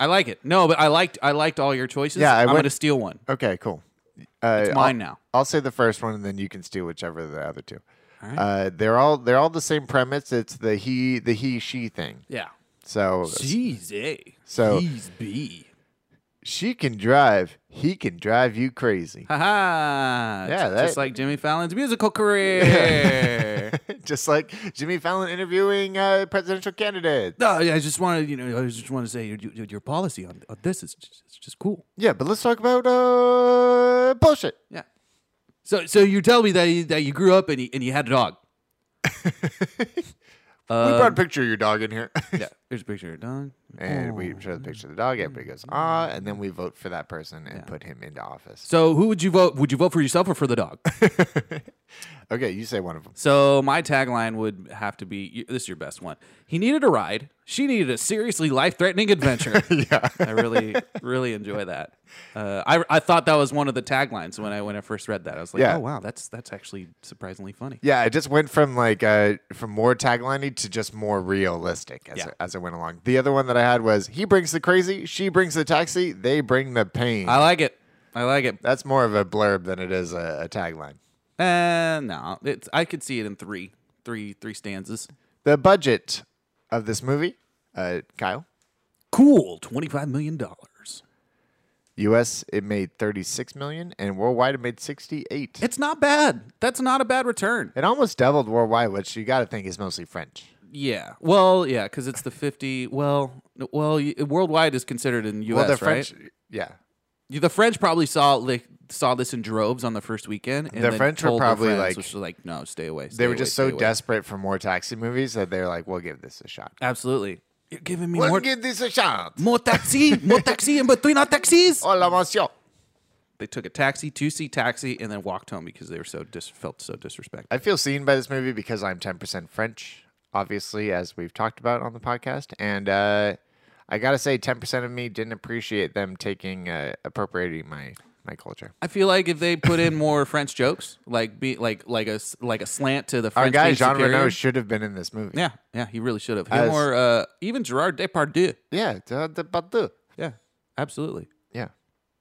Speaker 1: I like it. No, but I liked I liked all your choices.
Speaker 2: Yeah, I
Speaker 1: I'm
Speaker 2: went-
Speaker 1: gonna steal one.
Speaker 2: Okay, cool. Uh,
Speaker 1: It's mine
Speaker 2: I'll,
Speaker 1: now.
Speaker 2: I'll say the first one, and then you can steal whichever of the other two. Uh, they're all they're all the same premise. It's the he the he she thing.
Speaker 1: Yeah.
Speaker 2: So
Speaker 1: She's A.
Speaker 2: So-
Speaker 1: he's B.
Speaker 2: she can drive, he can drive you crazy.
Speaker 1: Haha.
Speaker 2: Yeah,
Speaker 1: just
Speaker 2: that-
Speaker 1: like Jimmy Fallon's musical
Speaker 2: (laughs)
Speaker 1: career.
Speaker 2: Just like Jimmy Fallon interviewing uh, presidential candidate.
Speaker 1: no, yeah, I just want to you know I just want to say your, your, your policy on, on this is just, it's just cool.
Speaker 2: Yeah, but let's talk about uh, bullshit.
Speaker 1: Yeah. So so you tell me that you, that you grew up and you, and you had a
Speaker 2: (laughs)
Speaker 1: dog.
Speaker 2: we brought a picture of your dog in here, (laughs)
Speaker 1: Yeah. There's a picture of a dog.
Speaker 2: and we show the picture of the dog. Everybody goes ah, and then we vote for that person and put him into office.
Speaker 1: So who would you vote? Would you vote for yourself or for the
Speaker 2: (laughs)
Speaker 1: dog?
Speaker 2: Okay, you say one of them.
Speaker 1: So my tagline would have to be this is your best one. He needed a ride. She needed a seriously life-threatening
Speaker 2: (laughs)
Speaker 1: adventure. yeah. I really really enjoy that. Uh, I I thought that was one of the taglines when I when I first read that. I was like,
Speaker 2: Yeah.
Speaker 1: "Oh wow, that's that's actually surprisingly funny."
Speaker 2: Yeah, it just went from like uh, from more tagliney to just more realistic as
Speaker 1: Yeah.
Speaker 2: it, as it went along. The other one that I had was he brings the crazy, she brings the taxi, they bring the pain.
Speaker 1: I like it. I like it.
Speaker 2: That's more of a blurb than it is a, a tagline.
Speaker 1: Uh, no, it's I could see it in 3 3 3 stanzas.
Speaker 2: The budget of this movie, uh, Kyle,
Speaker 1: Cool, 25 million dollars.
Speaker 2: U.S. it made thirty six million, and worldwide it made sixty eight.
Speaker 1: It's not bad. That's not a bad return.
Speaker 2: It almost doubled worldwide, which you got to think is mostly French.
Speaker 1: Yeah. Well, yeah, cuz it's the 50 well, no- well, y- worldwide is considered in US,
Speaker 2: well, the
Speaker 1: right?
Speaker 2: French, yeah,
Speaker 1: The French probably saw like saw this in droves on the first weekend. And
Speaker 2: The
Speaker 1: then
Speaker 2: French were
Speaker 1: told
Speaker 2: probably
Speaker 1: their
Speaker 2: like-
Speaker 1: friends, which was like, no, stay away.
Speaker 2: They
Speaker 1: stay
Speaker 2: were
Speaker 1: away,
Speaker 2: just
Speaker 1: stay
Speaker 2: so
Speaker 1: away."
Speaker 2: desperate for more taxi movies that they were like, "We'll give this a shot.
Speaker 1: Absolutely, you're giving me
Speaker 2: We'll
Speaker 1: more
Speaker 2: give this a shot."
Speaker 1: more taxi, more taxi, and between our
Speaker 2: (laughs)
Speaker 1: taxis.
Speaker 2: Hola, monsieur.
Speaker 1: They took a taxi, two seat taxi, and then walked home because they were so dis- felt so disrespected.
Speaker 2: I feel seen by this movie because I'm 10% French, obviously, as we've talked about on the podcast. And uh, I gotta say, 10% of me didn't appreciate them taking uh, appropriating my my culture.
Speaker 1: I feel like if they put in more French jokes, like be like like a s- like a slant to the French
Speaker 2: Our guy
Speaker 1: being
Speaker 2: Jean
Speaker 1: superior-
Speaker 2: Reno should have been in this movie.
Speaker 1: Yeah, yeah, he really should have.
Speaker 2: As-
Speaker 1: Him or uh, even Gerard Depardieu.
Speaker 2: Yeah, da- da- ba- duh.
Speaker 1: Yeah, absolutely.
Speaker 2: yeah,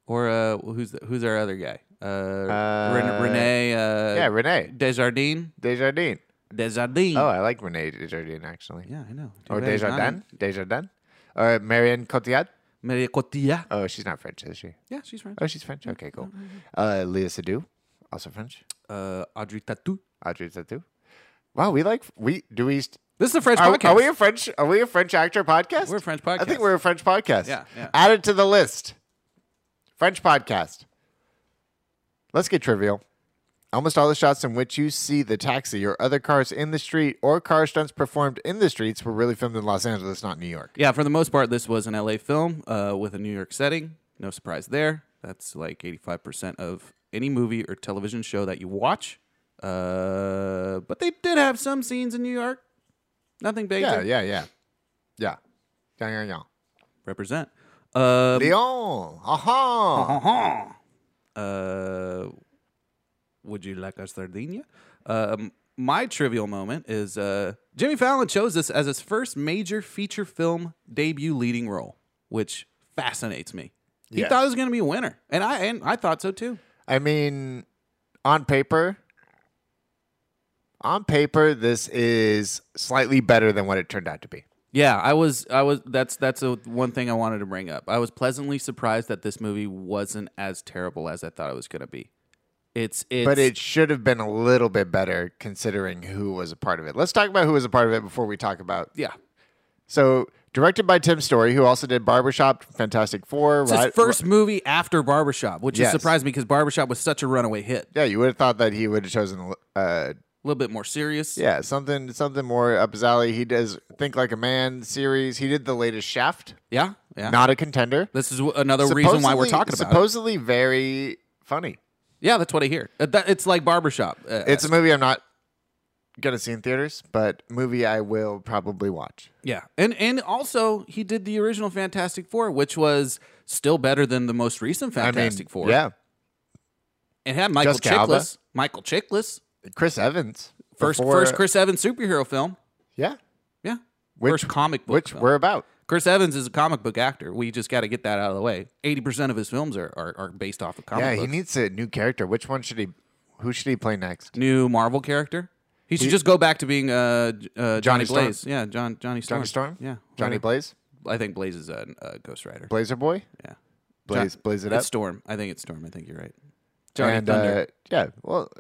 Speaker 1: Or uh, who's the, who's our other guy? Uh, Ren-
Speaker 2: Uh,
Speaker 1: Rene. Uh,
Speaker 2: yeah. Rene
Speaker 1: Desjardins.
Speaker 2: Desjardins.
Speaker 1: Desjardins.
Speaker 2: Oh, I like Rene Desjardins actually.
Speaker 1: yeah, I know. Too
Speaker 2: Or
Speaker 1: bad he's not
Speaker 2: Desjardins.
Speaker 1: in-
Speaker 2: Desjardins. Or Marianne Cotillard.
Speaker 1: Maria Cotilla.
Speaker 2: Oh, she's not French, is she?
Speaker 1: Yeah, she's French.
Speaker 2: Oh, she's French. Okay, cool. Uh, Leah Sadu, also French.
Speaker 1: Uh, Audrey Tautou.
Speaker 2: Audrey Tautou. Wow, we like we do we. St-
Speaker 1: This is a French
Speaker 2: are,
Speaker 1: podcast.
Speaker 2: are we a French? Are we a French actor podcast?
Speaker 1: We're a French
Speaker 2: I think
Speaker 1: podcast.
Speaker 2: we're a French podcast.
Speaker 1: Yeah, yeah.
Speaker 2: Add it to the list. French podcast. Let's get trivial. Almost all the shots in which you see the taxi or other cars in the street or car stunts performed in the streets were really filmed in Los Angeles, not New York.
Speaker 1: Yeah, for the most part, this was an LA film uh, with a New York setting. No surprise there. That's like 85% of any movie or television show that you watch. Uh, but they did have some scenes in New York. Nothing big.
Speaker 2: Yeah, yeah, yeah, yeah, yeah, yeah, yeah.
Speaker 1: Represent. Um,
Speaker 2: Leon, aha!
Speaker 1: uh, would you like a sardinia? Um, my trivial moment is uh, Jimmy Fallon chose this as his first major feature film debut leading role, which fascinates me. He
Speaker 2: Yes.
Speaker 1: thought it was going to be a winner, and I and I thought so too.
Speaker 2: I mean, on paper, on paper, this is slightly better than what it turned out to be.
Speaker 1: Yeah, I was. I was. That's that's a, one thing I wanted to bring up. I was pleasantly surprised that this movie wasn't as terrible as I thought it was going to be. It's, it's
Speaker 2: but it should have been a little bit better considering who was a part of it. Let's talk about who was a part of it before we talk about.
Speaker 1: yeah.
Speaker 2: So, directed by Tim Story, who also did Barbershop, Fantastic Four.
Speaker 1: It's his
Speaker 2: Ri-
Speaker 1: first movie after Barbershop, which
Speaker 2: Yes.
Speaker 1: is surprised me because Barbershop was such a runaway hit.
Speaker 2: yeah, you would have thought that he would have chosen. Uh,
Speaker 1: a little bit more serious.
Speaker 2: yeah, something something more up his alley. He does Think Like a Man series. He did the latest Shaft.
Speaker 1: yeah, yeah.
Speaker 2: Not a contender.
Speaker 1: this is wh- another reason why we're
Speaker 2: Supposedly-
Speaker 1: talking about. it.
Speaker 2: Supposedly very funny.
Speaker 1: Yeah, that's what I hear. Uh, that- it's like barbershop. Uh,
Speaker 2: It's a movie I'm not gonna see in theaters, but movie I will probably watch.
Speaker 1: yeah, and and also he did the original Fantastic Four, which was still better than the most recent Fantastic
Speaker 2: I mean,
Speaker 1: Four.
Speaker 2: Yeah,
Speaker 1: it had Michael
Speaker 2: Jessica Alba.
Speaker 1: Chiklis. Michael Chiklis,
Speaker 2: Chris Evans.
Speaker 1: first
Speaker 2: before-
Speaker 1: first Chris Evans superhero film.
Speaker 2: Yeah,
Speaker 1: Yeah,
Speaker 2: Which-
Speaker 1: first comic book.
Speaker 2: which
Speaker 1: film.
Speaker 2: we're about.
Speaker 1: Chris Evans is a comic book actor. We just got to get that out of the way. Eighty percent of his films are, are, are based off of comic
Speaker 2: yeah,
Speaker 1: books.
Speaker 2: he needs a new character. Which one should he? Who should he play next?
Speaker 1: new Marvel character. He should just go back to being uh, J- uh,
Speaker 2: Johnny
Speaker 1: Johnny,
Speaker 2: Storm.
Speaker 1: Blaze. Yeah, John Johnny Storm.
Speaker 2: Johnny Storm.
Speaker 1: Yeah,
Speaker 2: Johnny
Speaker 1: whatever.
Speaker 2: Blaze.
Speaker 1: I think Blaze is a, a Ghost Rider.
Speaker 2: Blazer Boy.
Speaker 1: Yeah,
Speaker 2: Blaze.
Speaker 1: John-
Speaker 2: Blaze it
Speaker 1: it's
Speaker 2: up.
Speaker 1: Storm. I think it's Storm. I think you're right. Johnny
Speaker 2: and
Speaker 1: Thunder.
Speaker 2: uh, yeah, well,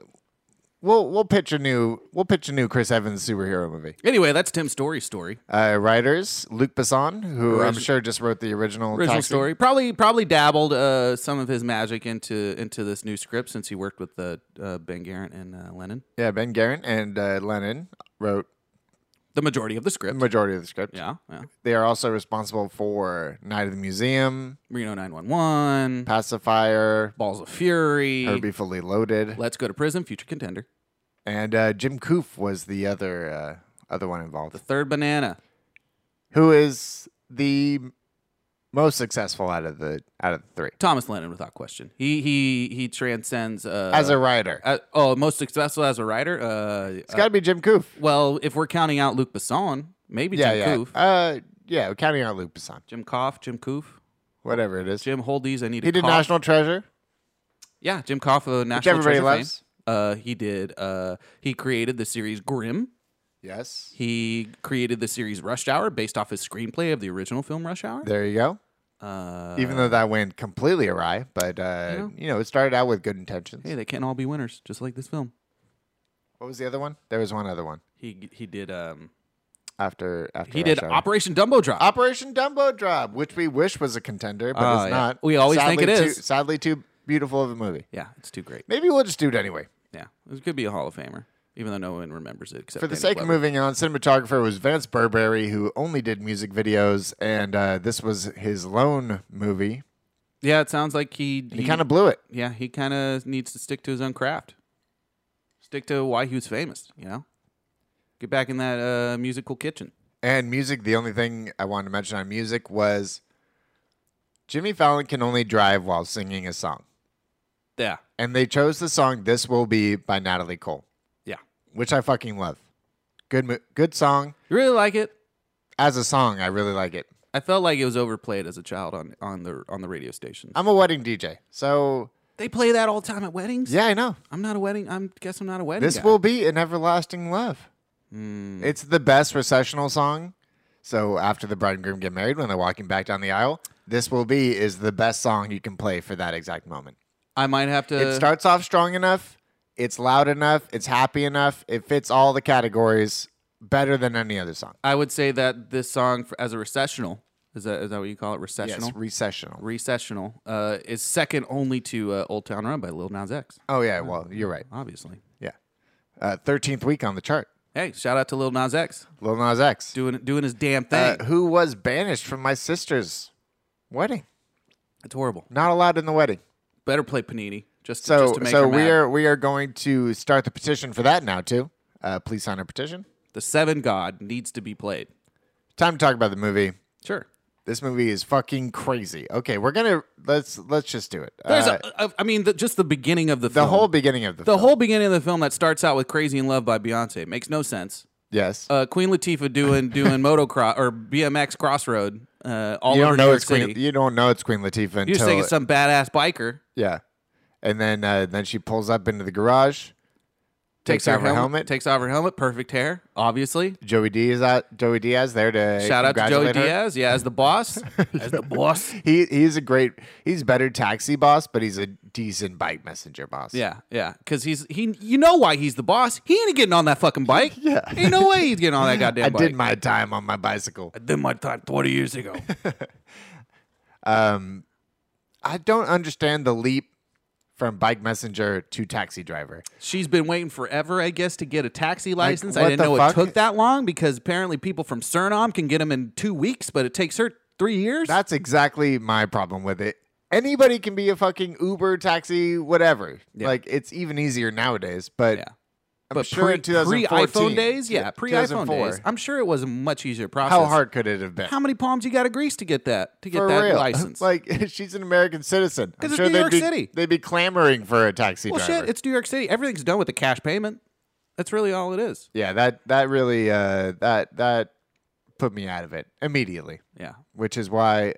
Speaker 2: we'll we'll pitch a new we'll pitch a new Chris Evans superhero movie.
Speaker 1: anyway, that's Tim Story's story.
Speaker 2: Uh, writers Luc Besson, who I'm
Speaker 1: Origi-
Speaker 2: sure just wrote the original
Speaker 1: Original
Speaker 2: Taxi.
Speaker 1: story. Probably probably dabbled uh, some of his magic into into this new script since he worked with uh, uh, Ben Garrett and uh, Lennon.
Speaker 2: Yeah, Ben Garrett and uh, Lennon wrote
Speaker 1: The majority of the
Speaker 2: the
Speaker 1: script.
Speaker 2: majority of the script.
Speaker 1: yeah, yeah.
Speaker 2: They are also responsible for Night of the Museum,
Speaker 1: Reno 911,
Speaker 2: Pacifier,
Speaker 1: Balls of Fury,
Speaker 2: Herbie Fully Loaded,
Speaker 1: Let's Go to Prison, Future Contender,
Speaker 2: and uh, Jim Koof was the other uh, other one involved,
Speaker 1: Third Banana.
Speaker 2: who is the most successful out of the out of the three
Speaker 1: Thomas Lennon, without question. He he he transcends uh,
Speaker 2: as a writer.
Speaker 1: uh, oh most successful as a writer. Uh,
Speaker 2: it's
Speaker 1: uh,
Speaker 2: got to be Jim Koof.
Speaker 1: well, if we're counting out Luke Besson, maybe
Speaker 2: Yeah,
Speaker 1: Jim
Speaker 2: yeah,
Speaker 1: Koof,
Speaker 2: uh, yeah. Counting out Luke Besson,
Speaker 1: Jim Koff, Jim Koof,
Speaker 2: whatever it is.
Speaker 1: Jim Holdies. I need
Speaker 2: he
Speaker 1: a
Speaker 2: did
Speaker 1: cough.
Speaker 2: National Treasure.
Speaker 1: Yeah, Jim Koff, uh, national
Speaker 2: everybody
Speaker 1: Treasure
Speaker 2: loves.
Speaker 1: Fame. Uh, he did. Uh, he created the series Grimm.
Speaker 2: Yes.
Speaker 1: He created the series Rush Hour based off his screenplay of the original film Rush Hour.
Speaker 2: There you go. Even
Speaker 1: Uh,
Speaker 2: though that went completely awry, but uh, you, know, it started out with good intentions.
Speaker 1: Hey, they can't all be winners, just like this film.
Speaker 2: What was the other one? There was one other one.
Speaker 1: He he did um,
Speaker 2: after after
Speaker 1: He did
Speaker 2: Rush Hour. Uh,
Speaker 1: Operation Dumbo Drop.
Speaker 2: Operation Dumbo Drop, which we wish was a contender, but
Speaker 1: Oh,
Speaker 2: it's
Speaker 1: yeah.
Speaker 2: not.
Speaker 1: We always think
Speaker 2: Sadly,
Speaker 1: it
Speaker 2: too-
Speaker 1: is.
Speaker 2: Sadly, too beautiful of a movie.
Speaker 1: yeah, it's too great.
Speaker 2: Maybe we'll just do it anyway.
Speaker 1: Yeah, it could be a Hall of Famer, even though no one remembers it except
Speaker 2: For the
Speaker 1: Danny
Speaker 2: sake of
Speaker 1: Glover.
Speaker 2: moving on, cinematographer was Vance Burberry, who only did music videos, and uh, this was his lone movie.
Speaker 1: Yeah, it sounds like he
Speaker 2: And he kind of blew it.
Speaker 1: yeah he kind of needs to stick to his own craft, stick to why he was famous. You know, get back in that uh, musical kitchen.
Speaker 2: And music, the only thing I wanted to mention on music was Jimmy Fallon can only drive while singing a song.
Speaker 1: Yeah,
Speaker 2: And they chose the song This Will Be by Natalie Cole,
Speaker 1: yeah.
Speaker 2: which I fucking love. Good, mo- good song.
Speaker 1: You really like it?
Speaker 2: As a song, I really like it.
Speaker 1: I felt like it was overplayed as a child on, on the on the radio station.
Speaker 2: I'm a wedding DJ. So,
Speaker 1: they play that all the time at weddings.
Speaker 2: yeah, I know.
Speaker 1: I'm not a wedding. I'm guess I'm not a wedding.
Speaker 2: This
Speaker 1: guy.
Speaker 2: will be an everlasting love. It's the best recessional song. So after the bride and groom get married, when they're walking back down the aisle, this will be is the best song you can play for that exact moment.
Speaker 1: I might have to.
Speaker 2: it starts off strong enough, it's loud enough, it's happy enough, it fits all the categories better than any other song.
Speaker 1: I would say that this song for, as a recessional is that is that what you call it? Recessional.
Speaker 2: Yes, recessional.
Speaker 1: recessional uh, is second only to uh, Old Town Run by Lil Nas X.
Speaker 2: oh yeah,
Speaker 1: Mm-hmm.
Speaker 2: well you're right.
Speaker 1: Obviously.
Speaker 2: Yeah, Uh, thirteenth week on the chart.
Speaker 1: Hey, shout out to Lil Nas X
Speaker 2: Lil Nas X,
Speaker 1: doing doing his damn
Speaker 2: uh,
Speaker 1: thing.
Speaker 2: who was banished from my sister's wedding,
Speaker 1: it's horrible.
Speaker 2: not allowed in the wedding.
Speaker 1: Better play Panini just to,
Speaker 2: So,
Speaker 1: just to make
Speaker 2: so
Speaker 1: her
Speaker 2: we
Speaker 1: mad.
Speaker 2: are we are going to start the petition for that now too. Uh, please sign our petition.
Speaker 1: the Seven God needs to be played.
Speaker 2: Time to talk about the movie.
Speaker 1: Sure.
Speaker 2: This movie is fucking crazy. Okay, we're gonna let's let's just do it.
Speaker 1: There's
Speaker 2: Uh,
Speaker 1: a, a, I mean, the, just the beginning of the
Speaker 2: the
Speaker 1: film.
Speaker 2: whole beginning of the,
Speaker 1: the
Speaker 2: film.
Speaker 1: whole beginning of the film that starts out with "Crazy in Love" by Beyonce makes no sense.
Speaker 2: yes.
Speaker 1: Uh, Queen Latifah doing doing motocross or BMX crossroad uh, all
Speaker 2: you
Speaker 1: over New
Speaker 2: don't know
Speaker 1: York
Speaker 2: it's Queen.
Speaker 1: City.
Speaker 2: You don't know it's Queen Latifah
Speaker 1: You just
Speaker 2: until
Speaker 1: think it's some badass biker
Speaker 2: yeah, and then uh, then she pulls up into the garage, takes,
Speaker 1: her
Speaker 2: out her helmet.
Speaker 1: takes off her helmet, perfect hair, obviously.
Speaker 2: Joey Diaz out. Joey Diaz there to
Speaker 1: Shout out to Joey
Speaker 2: congratulate her.
Speaker 1: Diaz, yeah, as the
Speaker 2: (laughs)
Speaker 1: boss, as the boss.
Speaker 2: He he's a great. He's better taxi boss, but he's a decent bike messenger boss.
Speaker 1: Yeah, yeah, because he's he. You know why he's the boss? He ain't getting on that fucking
Speaker 2: (laughs)
Speaker 1: bike. Yeah, ain't no way he's getting on that goddamn
Speaker 2: I
Speaker 1: bike.
Speaker 2: did my time on my bicycle.
Speaker 1: I did my time twenty years
Speaker 2: (laughs)
Speaker 1: ago.
Speaker 2: I don't understand the leap from bike messenger to taxi driver.
Speaker 1: She's been waiting forever, I guess, to get a taxi license. I
Speaker 2: what
Speaker 1: didn't
Speaker 2: the
Speaker 1: know
Speaker 2: fuck?
Speaker 1: it took that long because apparently people from Suriname can get them in two weeks, but it takes her three years.
Speaker 2: That's exactly my problem with it. Anybody can be a fucking Uber, taxi, whatever. Like it's even easier nowadays, but
Speaker 1: yeah.
Speaker 2: I'm
Speaker 1: but
Speaker 2: sure in
Speaker 1: pre, pre
Speaker 2: 2014
Speaker 1: iPhone days, yeah, pre iPhone
Speaker 2: 2004.
Speaker 1: days. I'm sure it was a much easier process.
Speaker 2: how hard could it have been?
Speaker 1: How many palms you got to grease to get that to get
Speaker 2: For
Speaker 1: that
Speaker 2: real.
Speaker 1: license?
Speaker 2: like (laughs) she's an American citizen. I'm
Speaker 1: 'Cause it's
Speaker 2: sure
Speaker 1: New
Speaker 2: they'd
Speaker 1: York
Speaker 2: be,
Speaker 1: City.
Speaker 2: They'd be clamoring for a taxi
Speaker 1: well,
Speaker 2: driver.
Speaker 1: shit, it's New York City. Everything's done with a cash payment. That's really all it is.
Speaker 2: yeah, that that really uh, that that put me out of it immediately.
Speaker 1: Yeah.
Speaker 2: which is why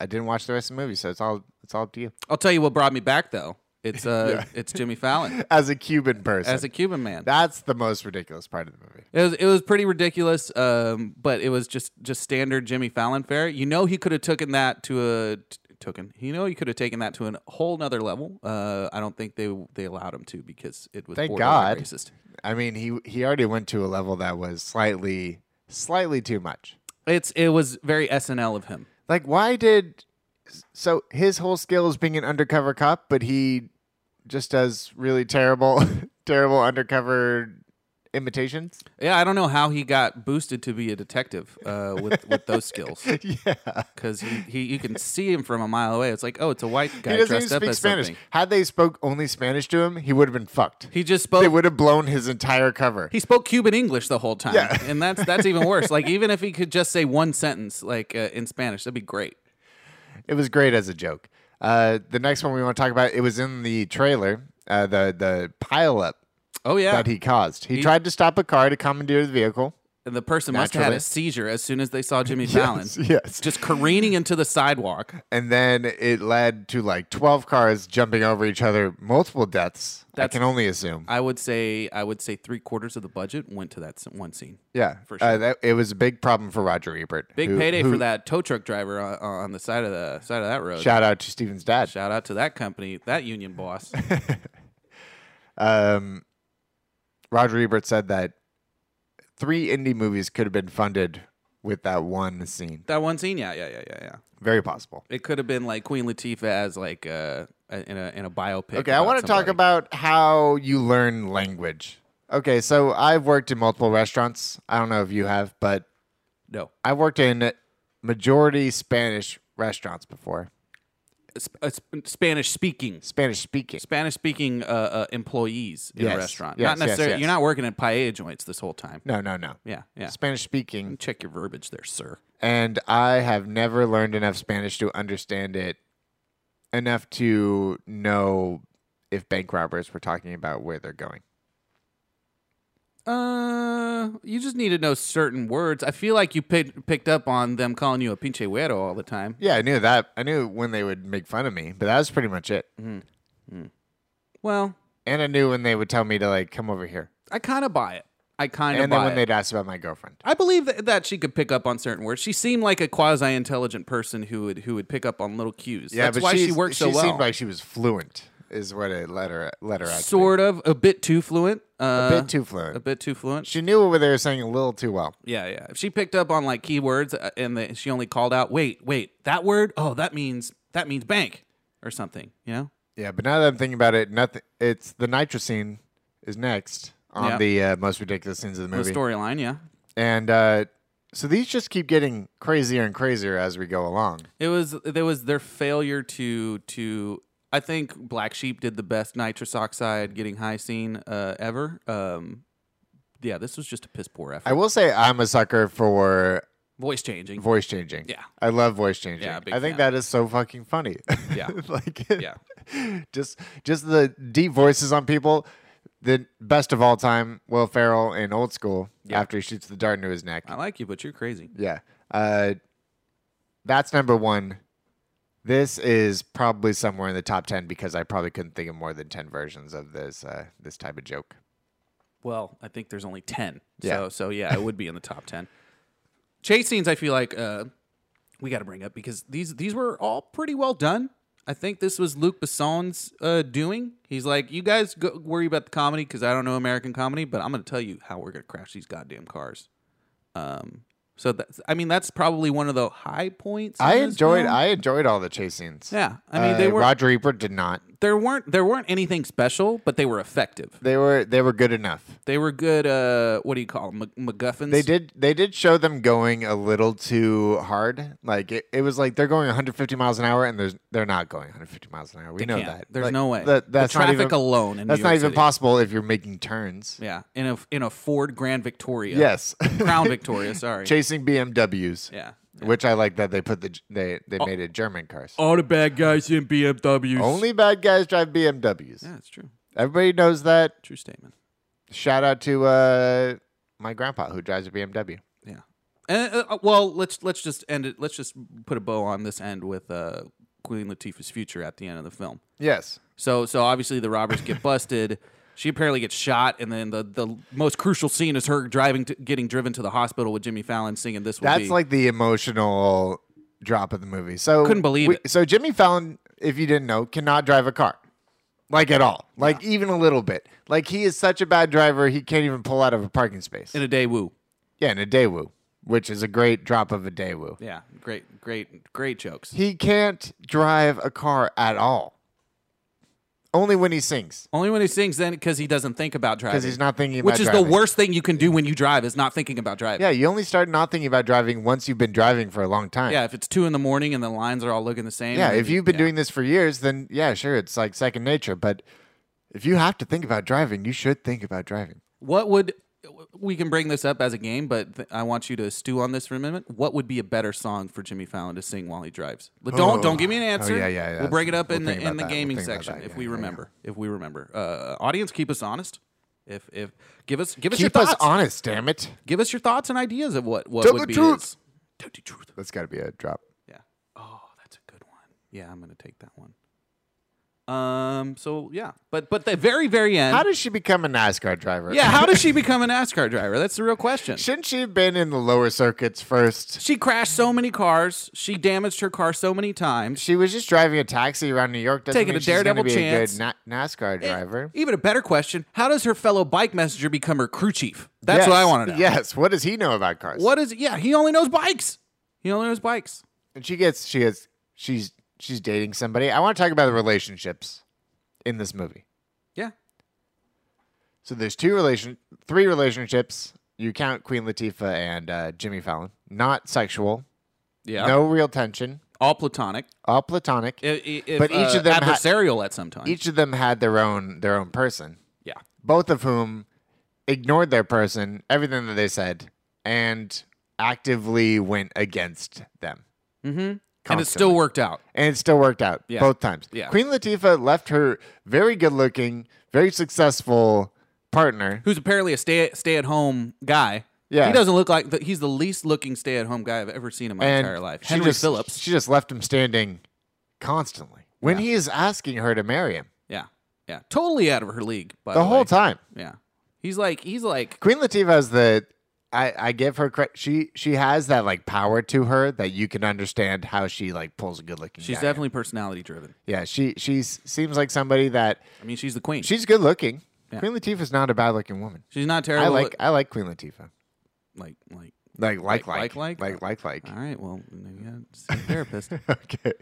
Speaker 2: I didn't watch the rest of the movie. So it's all it's all up to you.
Speaker 1: I'll tell you what brought me back though. It's
Speaker 2: (laughs)
Speaker 1: uh, it's Jimmy Fallon
Speaker 2: As a Cuban person,
Speaker 1: as a Cuban man.
Speaker 2: that's the most ridiculous part of the movie.
Speaker 1: It was it was pretty ridiculous, um, but it was just just standard Jimmy Fallon fare. You know, he could have taken that to a t- token. You know, he could have taken that to a whole nother level. Uh, I don't think they they allowed him to because it was
Speaker 2: Thank
Speaker 1: borderline
Speaker 2: God.
Speaker 1: racist.
Speaker 2: I mean, he he already went to a level that was slightly slightly too much.
Speaker 1: It's it was very SNL of him.
Speaker 2: Like, why did so his whole skill is being an undercover cop, but he just does really terrible (laughs) terrible undercover imitations.
Speaker 1: Yeah, I don't know how he got boosted to be a detective uh, with with those
Speaker 2: (laughs)
Speaker 1: skills. yeah, because he, he you can see him from a mile away. It's like oh, it's a white guy
Speaker 2: He doesn't
Speaker 1: dressed
Speaker 2: even
Speaker 1: up
Speaker 2: speak
Speaker 1: as
Speaker 2: Spanish.
Speaker 1: something.
Speaker 2: Had they spoke only Spanish to him, he would have been fucked.
Speaker 1: He just
Speaker 2: they
Speaker 1: spoke
Speaker 2: would have blown his entire cover.
Speaker 1: he spoke Cuban English the whole time,
Speaker 2: Yeah.
Speaker 1: and that's that's even worse.
Speaker 2: (laughs)
Speaker 1: Like even if he could just say one sentence like uh, in Spanish, that'd be great.
Speaker 2: It was great as a joke. Uh, the next one we want to talk about, it was in the trailer, uh, the the pile up
Speaker 1: Oh yeah,
Speaker 2: that he caused. He, tried to stop a car to commandeer the vehicle.
Speaker 1: and the person must have had
Speaker 2: Naturally.
Speaker 1: a seizure as soon as they saw Jimmy Fallon.
Speaker 2: (laughs) yes.
Speaker 1: just careening into the sidewalk.
Speaker 2: And then it led to like 12 cars jumping over each other, multiple deaths.
Speaker 1: That's-
Speaker 2: I can only assume.
Speaker 1: I would say I would say three quarters of the budget went to that s- one scene.
Speaker 2: yeah.
Speaker 1: for
Speaker 2: Uh,
Speaker 1: sure.
Speaker 2: that, it was a big problem for Roger Ebert.
Speaker 1: Big
Speaker 2: who-
Speaker 1: payday
Speaker 2: who-
Speaker 1: for that tow truck driver on, on the side of the side of that road.
Speaker 2: Shout out to Steven's dad.
Speaker 1: Shout out to that company, that union
Speaker 2: (laughs)
Speaker 1: boss.
Speaker 2: Um, Roger Ebert said that three indie movies could have been funded with that one scene.
Speaker 1: That one scene, yeah, yeah, yeah, yeah, yeah.
Speaker 2: Very possible.
Speaker 1: It could have been like Queen Latifah as like uh, a- in a in a biopic.
Speaker 2: Okay, I want to talk
Speaker 1: somebody.
Speaker 2: about how you learn language. Okay, so I've worked in multiple restaurants. I don't know if you have, but
Speaker 1: no
Speaker 2: I've worked in majority Spanish restaurants before.
Speaker 1: Sp- uh, sp- Spanish speaking.
Speaker 2: Spanish speaking.
Speaker 1: Spanish speaking uh, uh, employees in
Speaker 2: Yes,
Speaker 1: a restaurant.
Speaker 2: yes,
Speaker 1: not
Speaker 2: yes,
Speaker 1: necessarily.
Speaker 2: yes.
Speaker 1: You're not working at paella joints this whole time.
Speaker 2: No, no, no.
Speaker 1: Yeah, yeah.
Speaker 2: Spanish speaking.
Speaker 1: Check your verbiage there, sir.
Speaker 2: And I have never learned enough Spanish to understand it enough to know if bank robbers were talking about where they're going.
Speaker 1: Uh, you just need to know certain words. I feel like you picked picked up on them calling you a pinche güero all the time.
Speaker 2: Yeah, I knew that. I knew when they would make fun of me, but that was pretty much it.
Speaker 1: Mm-hmm. Well,
Speaker 2: And I knew when they would tell me to like come over here.
Speaker 1: I kind of buy it. I kind of
Speaker 2: and then
Speaker 1: buy
Speaker 2: when
Speaker 1: it.
Speaker 2: they'd ask about my girlfriend.
Speaker 1: I believe that, that she could pick up on certain words. She seemed like a quasi intelligent person who would who would pick up on little cues. That's why she
Speaker 2: she's-
Speaker 1: worked so
Speaker 2: she
Speaker 1: well.
Speaker 2: seemed like she was fluent, is what it let her let her out. to be.
Speaker 1: sort of a bit too fluent. Uh,
Speaker 2: bit too fluent.
Speaker 1: A bit too fluent.
Speaker 2: She knew what they were saying a little too well.
Speaker 1: yeah, yeah. If she picked up on like keywords uh, and the, she only called out, "Wait, wait, that word? Oh, that means that means bank or something." You know?
Speaker 2: Yeah, but now that I'm thinking about it, nothing. It's the nitro scene is next on
Speaker 1: Yeah.
Speaker 2: the uh, most ridiculous scenes of the movie,
Speaker 1: The storyline, yeah.
Speaker 2: and uh, so these just keep getting crazier and crazier as we go along.
Speaker 1: It was there was their failure to to I think Black Sheep did the best nitrous oxide getting high scene uh, ever. Um, yeah, this was just a piss poor effort.
Speaker 2: I will say I'm a sucker for
Speaker 1: Voice changing.
Speaker 2: voice changing.
Speaker 1: Yeah.
Speaker 2: I love voice changing.
Speaker 1: Yeah, big
Speaker 2: I think
Speaker 1: fan.
Speaker 2: that is so fucking funny.
Speaker 1: Yeah.
Speaker 2: (laughs) like
Speaker 1: Yeah.
Speaker 2: Just just the deep voices on people. The best of all time, Will Ferrell in Old School after he shoots the dart into his neck.
Speaker 1: I like you, but you're crazy.
Speaker 2: Yeah. Uh, that's number one. This is probably somewhere in the top ten because I probably couldn't think of more than ten versions of this uh, this type of joke.
Speaker 1: Well, I think there's only ten.
Speaker 2: Yeah.
Speaker 1: So so yeah, it would be in the top ten. Chase scenes, I feel like uh, we got to bring up because these these were all pretty well done. I think this was Luc Besson's uh, doing. He's like, you guys go worry about the comedy because I don't know American comedy, but I'm going to tell you how we're going to crash these goddamn cars. Um, so that's, I mean, that's probably one of the high points. in
Speaker 2: I
Speaker 1: this
Speaker 2: enjoyed
Speaker 1: film.
Speaker 2: I enjoyed all the chase scenes.
Speaker 1: yeah, I mean, they
Speaker 2: Uh,
Speaker 1: were
Speaker 2: Roger Ebert did not.
Speaker 1: there weren't there weren't anything special, but they were effective.
Speaker 2: They were they were good enough.
Speaker 1: They were good. Uh, what do you call them? MacGuffins.
Speaker 2: They did they did show them going a little too hard. Like it, it was like they're going 150 miles an hour and there's they're not going 150 miles an hour. We know
Speaker 1: can't.
Speaker 2: that.
Speaker 1: There's
Speaker 2: Like,
Speaker 1: no way.
Speaker 2: That,
Speaker 1: The
Speaker 2: that's not
Speaker 1: traffic
Speaker 2: even-
Speaker 1: alone in
Speaker 2: that's
Speaker 1: New
Speaker 2: not
Speaker 1: York
Speaker 2: even
Speaker 1: City.
Speaker 2: possible if you're making turns.
Speaker 1: Yeah, in a in a Ford Grand Victoria.
Speaker 2: Yes. (laughs)
Speaker 1: Crown Victoria. Sorry.
Speaker 2: Chasing BMWs.
Speaker 1: Yeah. Oh.
Speaker 2: Which I like that they put the they they made it German cars.
Speaker 1: All the bad guys in BMWs.
Speaker 2: Only bad guys drive BMWs.
Speaker 1: Yeah, it's true.
Speaker 2: Everybody knows that.
Speaker 1: True statement.
Speaker 2: Shout out to uh, my grandpa who drives a BMW.
Speaker 1: Yeah. And uh, uh, well, let's let's just end it. Let's just put a bow on this end with uh, Queen Latifah's future at the end of the film.
Speaker 2: Yes.
Speaker 1: So so obviously the robbers
Speaker 2: (laughs)
Speaker 1: get busted. She apparently gets shot, and then the, the most crucial scene is her driving, to, getting driven to the hospital with Jimmy Fallon singing "This Will
Speaker 2: That's
Speaker 1: Be."
Speaker 2: like the emotional drop of the movie. So
Speaker 1: Couldn't believe it.
Speaker 2: So Jimmy Fallon, if you didn't know, cannot drive a car, like at all, like even a little bit. Like he is such a bad driver, he can't even pull out of a parking space.
Speaker 1: in a day, woo.
Speaker 2: yeah, in a Daewoo, which is a great drop of a Daewoo.
Speaker 1: Yeah, great, great, great jokes.
Speaker 2: He can't drive a car at all. Only when he sings.
Speaker 1: Only when he sings, then because he doesn't think about driving.
Speaker 2: 'Cause he's not thinking
Speaker 1: which
Speaker 2: about
Speaker 1: is the
Speaker 2: driving.
Speaker 1: worst thing you can do when you drive is not thinking about driving.
Speaker 2: Yeah, you only start not thinking about driving once you've been driving for a long time.
Speaker 1: yeah. If it's two in the morning and the lines are all looking the same.
Speaker 2: Yeah,
Speaker 1: and
Speaker 2: if
Speaker 1: you-
Speaker 2: you've been
Speaker 1: yeah.
Speaker 2: doing this for years, then yeah, sure, it's like second nature. But if you have to think about driving, you should think about driving.
Speaker 1: what would we can bring this up as a game, but th- I want you to stew on this for a minute. What would be a better song for Jimmy Fallon to sing while he drives? But don't
Speaker 2: Oh.
Speaker 1: don't give me an
Speaker 2: Oh,
Speaker 1: answer.
Speaker 2: yeah, yeah, yeah.
Speaker 1: We'll bring it up
Speaker 2: We'll
Speaker 1: in the
Speaker 2: think about
Speaker 1: in the
Speaker 2: that. We'll
Speaker 1: gaming
Speaker 2: think about
Speaker 1: section
Speaker 2: that.
Speaker 1: if
Speaker 2: Yeah,
Speaker 1: we
Speaker 2: yeah, yeah.
Speaker 1: remember. If we remember, uh, audience, keep us honest. If if give us give us
Speaker 2: Keep
Speaker 1: your
Speaker 2: us
Speaker 1: thoughts.
Speaker 2: honest, damn it.
Speaker 1: Give us your thoughts and ideas of what what
Speaker 2: Tell
Speaker 1: would
Speaker 2: the
Speaker 1: be
Speaker 2: truth.
Speaker 1: his- Tell the truth.
Speaker 2: That's got to be a drop.
Speaker 1: Yeah. Oh, that's a good one. Yeah, I'm gonna take that one. Um. So yeah, but but the very very end.
Speaker 2: How does she become a NASCAR driver?
Speaker 1: yeah. How does she become a NASCAR driver? That's the real question.
Speaker 2: (laughs) Shouldn't she have been in the lower circuits first?
Speaker 1: She crashed so many cars. She damaged her car so many times.
Speaker 2: She was just driving a taxi around New York. Doesn't
Speaker 1: Taking
Speaker 2: mean
Speaker 1: a
Speaker 2: she's gonna
Speaker 1: daredevil
Speaker 2: be
Speaker 1: chance.
Speaker 2: a good na- NASCAR driver.
Speaker 1: Even a better question: How does her fellow bike messenger become her crew chief? That's what I
Speaker 2: Yes,
Speaker 1: want to know.
Speaker 2: Yes. What does he know about cars?
Speaker 1: What is? Yeah. He only knows bikes. He only knows bikes.
Speaker 2: And she gets. She has. She's. She's dating somebody. I want to talk about the relationships in this movie.
Speaker 1: Yeah.
Speaker 2: So there's two relation, three relationships. You count Queen Latifah and uh, Jimmy Fallon. Not sexual.
Speaker 1: Yeah.
Speaker 2: No real tension.
Speaker 1: All platonic.
Speaker 2: All platonic.
Speaker 1: I- i- if,
Speaker 2: But each
Speaker 1: uh,
Speaker 2: of them ha-
Speaker 1: adversarial at some time.
Speaker 2: Each of them had their own their own person.
Speaker 1: yeah.
Speaker 2: Both of whom ignored their person, everything that they said, and actively went against them. Mm-hmm.
Speaker 1: And it still worked out.
Speaker 2: and it still worked out
Speaker 1: Yeah.
Speaker 2: both times.
Speaker 1: Yeah.
Speaker 2: Queen Latifah left her very good looking, very successful partner.
Speaker 1: Who's apparently a stay stay at home guy.
Speaker 2: Yeah.
Speaker 1: He doesn't look like the, he's the least looking stay at home guy I've ever seen in my
Speaker 2: and
Speaker 1: entire life.
Speaker 2: she
Speaker 1: Henry
Speaker 2: just-
Speaker 1: Phillips.
Speaker 2: She just left him standing constantly when he is asking her to marry him
Speaker 1: yeah. Yeah. Totally out of her league. By the,
Speaker 2: the whole
Speaker 1: way.
Speaker 2: time.
Speaker 1: Yeah. He's like he's like
Speaker 2: Queen Latifah has the. I, I give her credit. She she has that like power to her that you can understand how she like pulls a good looking.
Speaker 1: she's definitely personality driven.
Speaker 2: yeah. She she seems like somebody that
Speaker 1: I mean, she's the queen.
Speaker 2: she's good looking.
Speaker 1: Yeah.
Speaker 2: Queen Latifah is not a bad looking woman.
Speaker 1: she's not terrible.
Speaker 2: I like I like Queen Latifah.
Speaker 1: like like
Speaker 2: Like like
Speaker 1: Like,
Speaker 2: like
Speaker 1: like, like?
Speaker 2: like like like.
Speaker 1: all right, well, maybe I'd see a therapist. (laughs)
Speaker 2: (laughs) okay.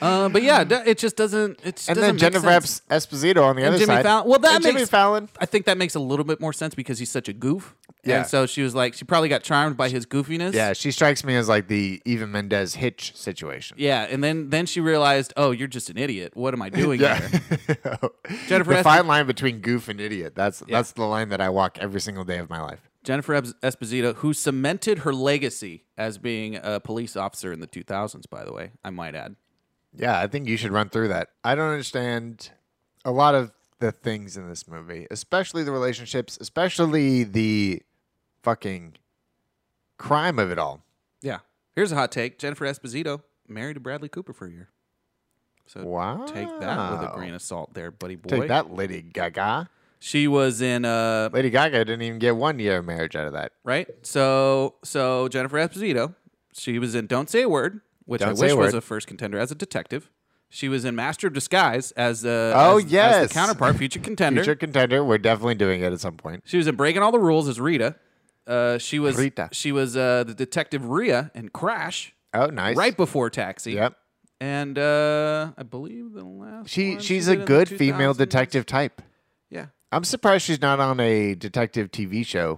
Speaker 1: uh, but yeah, d- it just doesn't. It just
Speaker 2: And
Speaker 1: doesn't
Speaker 2: then
Speaker 1: make
Speaker 2: Jennifer
Speaker 1: sense.
Speaker 2: Epps- Esposito on the
Speaker 1: And
Speaker 2: other
Speaker 1: Jimmy
Speaker 2: side.
Speaker 1: Fallon- well, that
Speaker 2: and Jimmy
Speaker 1: makes- (laughs)
Speaker 2: Fallon.
Speaker 1: I think that makes a little bit more sense because he's such a goof.
Speaker 2: Yeah.
Speaker 1: And so she was like, she probably got charmed by his goofiness.
Speaker 2: Yeah, she strikes me as like the Eva Mendez Hitch situation.
Speaker 1: Yeah. And then then she realized, oh, you're just an idiot. What
Speaker 2: (laughs)
Speaker 1: am I doing here? Jennifer
Speaker 2: the
Speaker 1: Espe-
Speaker 2: fine line between goof and idiot. That's that's the line that I walk every single day of my life.
Speaker 1: Jennifer Ebs- Esposito, who cemented her legacy as being a police officer in the 2000s, by the way, I might add.
Speaker 2: Yeah, I think you should run through that. I don't understand a lot of the things in this movie, especially the relationships, especially the fucking crime of it all.
Speaker 1: Yeah. Here's a hot take Jennifer Esposito married to Bradley Cooper for a year. So
Speaker 2: Wow.
Speaker 1: Uh, take that with a grain of salt there, buddy boy.
Speaker 2: Take that, Lady Gaga.
Speaker 1: She was in uh,
Speaker 2: Lady Gaga didn't even get one year of marriage out of that.
Speaker 1: right? So so Jennifer Esposito, she was in Don't Say a Word, which I
Speaker 2: Don't Say
Speaker 1: wish
Speaker 2: a
Speaker 1: was
Speaker 2: Word.
Speaker 1: a first contender as a detective. She was in Master of Disguise as the
Speaker 2: Oh,
Speaker 1: as, as
Speaker 2: yes.
Speaker 1: the counterpart
Speaker 2: (laughs)
Speaker 1: future contender.
Speaker 2: Future contender. We're definitely doing it at some point.
Speaker 1: She was in Breaking All the Rules as Rita. Uh, she was
Speaker 2: Rita.
Speaker 1: she was uh, the detective Rhea in Crash
Speaker 2: Oh, nice.
Speaker 1: right before Taxi.
Speaker 2: Yep.
Speaker 1: And uh, I believe the last
Speaker 2: She
Speaker 1: one
Speaker 2: she's
Speaker 1: did
Speaker 2: a
Speaker 1: in the
Speaker 2: good female
Speaker 1: 2000s.
Speaker 2: detective type.
Speaker 1: Yeah.
Speaker 2: I'm surprised she's not on a detective TV show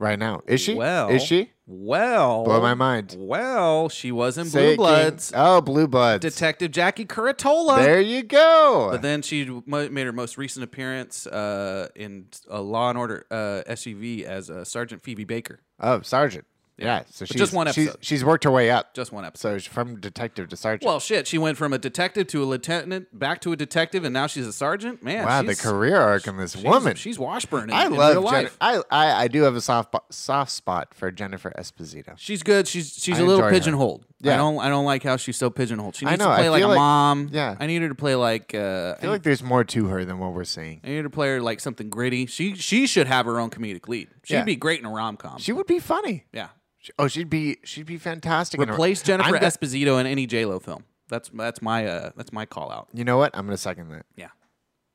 Speaker 2: right now. Is she?
Speaker 1: Well,
Speaker 2: is she?
Speaker 1: Well,
Speaker 2: Blow my mind.
Speaker 1: Well, she was in
Speaker 2: Say it,
Speaker 1: Blue
Speaker 2: King.
Speaker 1: Bloods.
Speaker 2: Oh, Blue Bloods.
Speaker 1: Detective Jackie Curatola.
Speaker 2: there you go.
Speaker 1: But then she mo- made her most recent appearance uh, in uh, Law and Order uh, SUV as uh, Sergeant Phoebe Baker.
Speaker 2: oh, sergeant. Yeah. So she's
Speaker 1: just one
Speaker 2: she's,
Speaker 1: episode.
Speaker 2: she's worked her way up.
Speaker 1: Just one episode.
Speaker 2: so she's from detective to sergeant.
Speaker 1: Well, shit, she went from a detective to a lieutenant, back to a detective, and now she's a sergeant. Man,
Speaker 2: wow, the
Speaker 1: she's,
Speaker 2: career arc in this
Speaker 1: she's,
Speaker 2: woman.
Speaker 1: She's Washburn. In,
Speaker 2: I
Speaker 1: in
Speaker 2: love
Speaker 1: real
Speaker 2: Jen-
Speaker 1: life.
Speaker 2: I, I I do have a soft bo- soft spot for Jennifer Esposito.
Speaker 1: She's good. She's she's
Speaker 2: I
Speaker 1: a little
Speaker 2: enjoy her.
Speaker 1: pigeonholed. I
Speaker 2: Yeah.
Speaker 1: don't I don't like how she's so pigeonholed. She
Speaker 2: I
Speaker 1: needs
Speaker 2: know,
Speaker 1: to
Speaker 2: I
Speaker 1: play like a
Speaker 2: feel like-
Speaker 1: mom.
Speaker 2: yeah.
Speaker 1: I need her to play like uh,
Speaker 2: I feel like there's more to her than what we're seeing.
Speaker 1: I need her to play her like something gritty. She she should have her own comedic lead. She'd
Speaker 2: Yeah.
Speaker 1: be great in a rom com.
Speaker 2: She would be funny.
Speaker 1: yeah.
Speaker 2: She- Oh, she'd be she'd be fantastic. in a-
Speaker 1: Replace Jennifer
Speaker 2: I'm go-
Speaker 1: Esposito in any J Lo film. That's that's my uh that's my call out.
Speaker 2: You know what? I'm gonna second that.
Speaker 1: Yeah.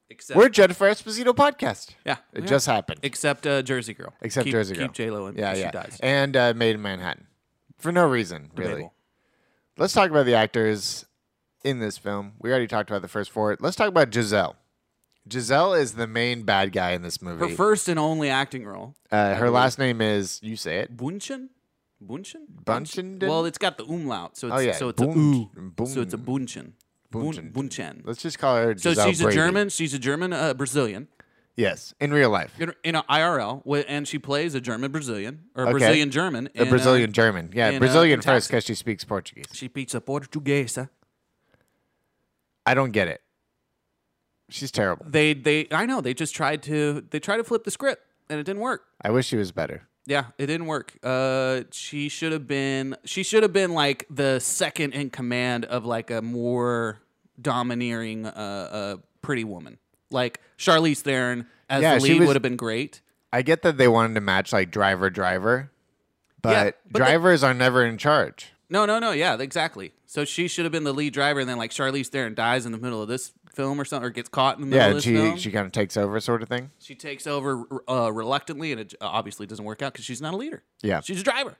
Speaker 1: Except
Speaker 2: We're Jennifer Esposito podcast.
Speaker 1: yeah,
Speaker 2: It
Speaker 1: yeah.
Speaker 2: just happened.
Speaker 1: except uh, Jersey Girl.
Speaker 2: Except
Speaker 1: keep,
Speaker 2: Jersey Girl.
Speaker 1: Keep J Lo in.
Speaker 2: Yeah,
Speaker 1: she
Speaker 2: yeah.
Speaker 1: dies.
Speaker 2: And uh, Made in Manhattan, for no reason really.
Speaker 1: Debatable.
Speaker 2: Let's talk about the actors in this film. We already talked about the first four. Let's talk about Giselle. Giselle is the main bad guy in this movie.
Speaker 1: Her first and only acting role.
Speaker 2: uh, her last name is you say it.
Speaker 1: Bunchen? Bunchen?
Speaker 2: Bunchen?
Speaker 1: Well, it's got the umlaut, so it's
Speaker 2: Oh, yeah.
Speaker 1: so it's a ooh.
Speaker 2: Bunch- Bun-
Speaker 1: So it's a Bunchen. Bun-
Speaker 2: Bunchen.
Speaker 1: Bunchen.
Speaker 2: Let's just call her.
Speaker 1: So
Speaker 2: Giselle
Speaker 1: she's a
Speaker 2: Brady.
Speaker 1: German, she's a German uh, Brazilian
Speaker 2: Yes, in real life,
Speaker 1: in, in a IRL wh- and she plays a German Brazilian or a
Speaker 2: Okay.
Speaker 1: Brazilian German.
Speaker 2: a Brazilian German. Yeah,
Speaker 1: in, uh,
Speaker 2: Brazilian
Speaker 1: in
Speaker 2: first
Speaker 1: Taxi.
Speaker 2: because she speaks Portuguese.
Speaker 1: She beats a Portuguesa.
Speaker 2: I don't get it. She's terrible.
Speaker 1: They they I know, they just tried to they tried to flip the script and it didn't work.
Speaker 2: I wish she was better.
Speaker 1: Yeah, it didn't work. Uh, she should have been. She should have been like the second in command of like a more domineering uh, uh pretty woman. Like Charlize Theron as
Speaker 2: Yeah,
Speaker 1: the
Speaker 2: she
Speaker 1: lead
Speaker 2: was-
Speaker 1: would have been great.
Speaker 2: I get that they wanted to match like driver driver, but,
Speaker 1: Yeah, but they-
Speaker 2: drivers are never in charge.
Speaker 1: No, no, no. Yeah, exactly. So she should have been the lead driver, and then like Charlize Theron dies in the middle of this film or something, or gets caught in the middle
Speaker 2: Yeah,
Speaker 1: of this
Speaker 2: she
Speaker 1: film.
Speaker 2: she kind of takes over, sort of thing.
Speaker 1: She takes over uh, reluctantly, and it obviously doesn't work out because she's not a leader.
Speaker 2: Yeah.
Speaker 1: She's a driver.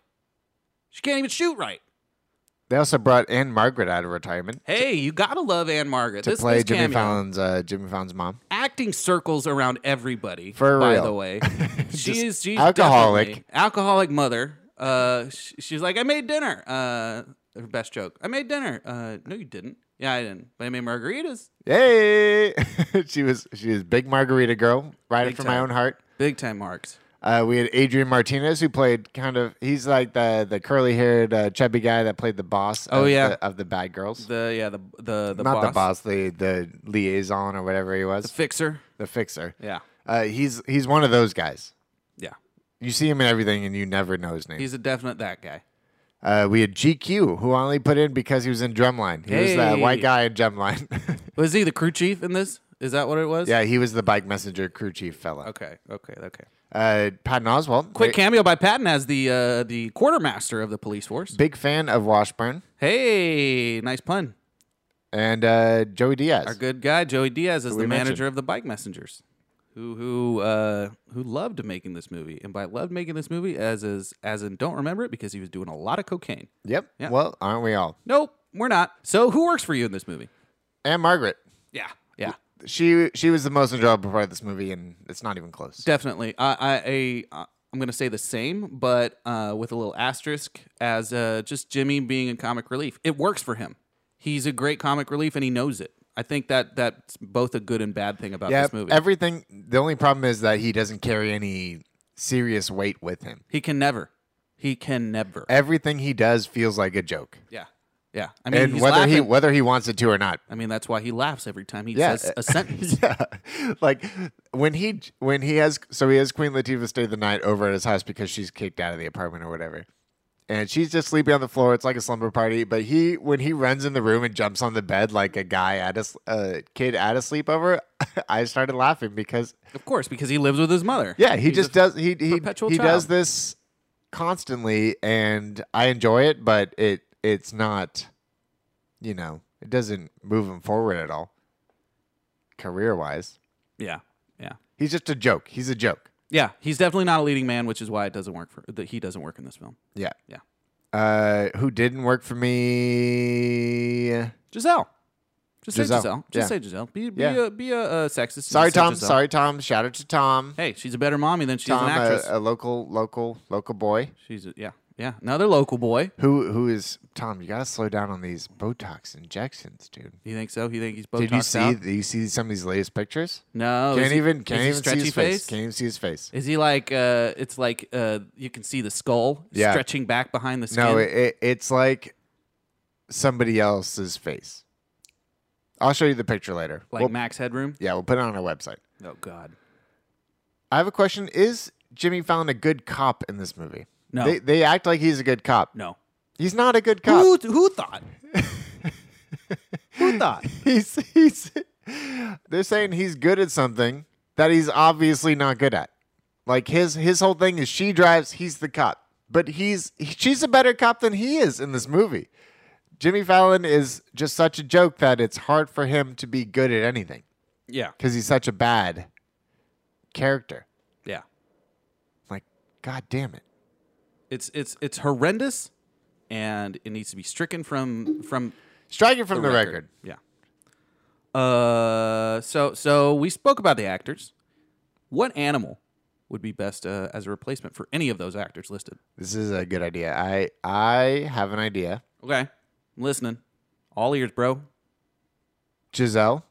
Speaker 1: She can't even shoot right.
Speaker 2: They also brought Anne Margaret out of retirement
Speaker 1: Hey, you gotta love Anne Margaret.
Speaker 2: to
Speaker 1: this
Speaker 2: play
Speaker 1: this
Speaker 2: Jimmy
Speaker 1: cameo.
Speaker 2: Fallon's uh, Jimmy Fallon's mom.
Speaker 1: acting circles around everybody.
Speaker 2: For
Speaker 1: by
Speaker 2: real.
Speaker 1: the
Speaker 2: (laughs)
Speaker 1: way, she
Speaker 2: Just
Speaker 1: is she's
Speaker 2: alcoholic.
Speaker 1: definitely- alcoholic mother. Uh, sh- she's like, I made dinner. Uh, her best joke. I made dinner. Uh, no, you didn't. Yeah, I didn't. But I made margaritas.
Speaker 2: Yay! (laughs) she was she was big margarita girl, right
Speaker 1: Big
Speaker 2: from my
Speaker 1: time.
Speaker 2: own heart.
Speaker 1: Big time marks.
Speaker 2: Uh, we had Adrian Martinez, who played kind of he's like the the curly haired uh, chubby guy that played the boss.
Speaker 1: Oh,
Speaker 2: of
Speaker 1: yeah.
Speaker 2: the, of the bad girls.
Speaker 1: The yeah the the the
Speaker 2: Not
Speaker 1: boss,
Speaker 2: the boss, the the liaison or whatever he was,
Speaker 1: fixer.
Speaker 2: the fixer.
Speaker 1: Yeah,
Speaker 2: Uh, he's he's one of those guys.
Speaker 1: yeah.
Speaker 2: You see him in everything, and you never know his name.
Speaker 1: He's a definite that guy.
Speaker 2: uh, we had GQ, who only put in because he was in Drumline. He was that white
Speaker 1: Hey.
Speaker 2: guy in Drumline. (laughs)
Speaker 1: Was he the crew chief in this? Is that what it was?
Speaker 2: yeah, he was the bike messenger crew chief fella.
Speaker 1: Okay. Okay. Okay.
Speaker 2: Uh, Patton Oswald,
Speaker 1: Quick
Speaker 2: big-
Speaker 1: cameo by Patton as the uh, the quartermaster of the police force.
Speaker 2: big fan of Washburn,
Speaker 1: Hey, nice pun.
Speaker 2: and uh, Joey Diaz.
Speaker 1: Our good guy Joey Diaz is
Speaker 2: we
Speaker 1: the manager
Speaker 2: mentioned.
Speaker 1: of the Bike Messengers, who who uh, who loved making this movie, and by loved making this movie as is as in don't remember it because he was doing a lot of cocaine.
Speaker 2: Yep.
Speaker 1: Yeah.
Speaker 2: Well, aren't we all?
Speaker 1: Nope, we're not. So who works for you in this movie?
Speaker 2: And Margaret.
Speaker 1: Yeah, yeah,
Speaker 2: She she was the most enjoyable part of this movie, and it's not even close.
Speaker 1: definitely. I I, I I'm gonna say the same, but uh, with a little asterisk as uh, just Jimmy being in comic relief. It works for him. He's a great comic relief, and he knows it. I think that that's both a good and bad thing about
Speaker 2: yeah.
Speaker 1: this movie.
Speaker 2: Everything. The only problem is that he doesn't carry any serious weight with him.
Speaker 1: he can never. He can never.
Speaker 2: Everything he does feels like a joke,
Speaker 1: Yeah. Yeah. I mean,
Speaker 2: and
Speaker 1: he's
Speaker 2: whether he
Speaker 1: laughing.
Speaker 2: whether he wants it to or not.
Speaker 1: I mean, that's why he laughs every time he
Speaker 2: Yeah. uh,
Speaker 1: says a sentence.
Speaker 2: (laughs) yeah. Like when he when he has so he has Queen Latifah stay the night over at his house because she's kicked out of the apartment or whatever. And she's just sleeping on the floor. It's like a slumber party. But he, when he runs in the room and jumps on the bed like a guy at a s- a kid at a sleepover, (laughs) I started laughing because
Speaker 1: Of course, because he lives with his mother.
Speaker 2: yeah, he
Speaker 1: He's
Speaker 2: just
Speaker 1: a-
Speaker 2: does he he
Speaker 1: perpetual
Speaker 2: he does
Speaker 1: child.
Speaker 2: this constantly, and I enjoy it, but it it's not, you know, it doesn't move him forward at all, career wise.
Speaker 1: Yeah. Yeah.
Speaker 2: He's just a joke. He's a joke.
Speaker 1: Yeah. He's definitely not a leading man, which is why it doesn't work for that he doesn't work in this film.
Speaker 2: Yeah.
Speaker 1: Yeah.
Speaker 2: Uh, who didn't work for me?
Speaker 1: Giselle. Just
Speaker 2: Giselle.
Speaker 1: say Giselle. Just
Speaker 2: Yeah.
Speaker 1: say Giselle. Be, be
Speaker 2: Yeah.
Speaker 1: a be a, uh sexist. and
Speaker 2: Sorry,
Speaker 1: say
Speaker 2: Tom.
Speaker 1: Giselle.
Speaker 2: Sorry, Tom. Shout out to Tom.
Speaker 1: Hey, she's a better mommy than she's
Speaker 2: Tom, uh,
Speaker 1: an
Speaker 2: a,
Speaker 1: actress.
Speaker 2: a local, local, local boy.
Speaker 1: she's a, yeah, yeah. Another local boy.
Speaker 2: Who, who is Tom? You gotta slow down on these Botox injections, dude.
Speaker 1: You think so? You think he's both?
Speaker 2: Did you see? Did you see some of these latest pictures?
Speaker 1: No.
Speaker 2: can't
Speaker 1: Oh, is he-
Speaker 2: even,
Speaker 1: is
Speaker 2: can't
Speaker 1: he
Speaker 2: even see
Speaker 1: stretchy
Speaker 2: his face. Can't even see his face.
Speaker 1: Is he like? uh It's like uh you can see the skull
Speaker 2: Yeah.
Speaker 1: stretching back behind the skin.
Speaker 2: No, it, it, it's like somebody else's face. I'll show you the picture later.
Speaker 1: like
Speaker 2: We'll-
Speaker 1: Max Headroom.
Speaker 2: yeah, we'll put it on our website.
Speaker 1: Oh God.
Speaker 2: I have a question. Is Jimmy Fallon a good cop in this movie?
Speaker 1: No.
Speaker 2: They, they act like he's a good cop.
Speaker 1: No.
Speaker 2: He's not a good cop.
Speaker 1: Who who thought? who thought?
Speaker 2: (laughs) He's, he's, they're saying he's good at something that he's obviously not good at. Like his his whole thing is she drives, he's the cop. But he's he- she's a better cop than he is in this movie. Jimmy Fallon is just such a joke that it's hard for him to be good at anything
Speaker 1: Yeah.
Speaker 2: because he's such a bad character.
Speaker 1: Yeah.
Speaker 2: Like, god damn it.
Speaker 1: It's it's it's horrendous and it needs to be stricken from from
Speaker 2: Strike it from the, record.
Speaker 1: Yeah. Uh so so we spoke about the actors. What animal would be best uh, as a replacement for any of those actors listed?
Speaker 2: This is a good idea. I I have an idea.
Speaker 1: Okay. I'm listening. All ears, bro.
Speaker 2: Giselle.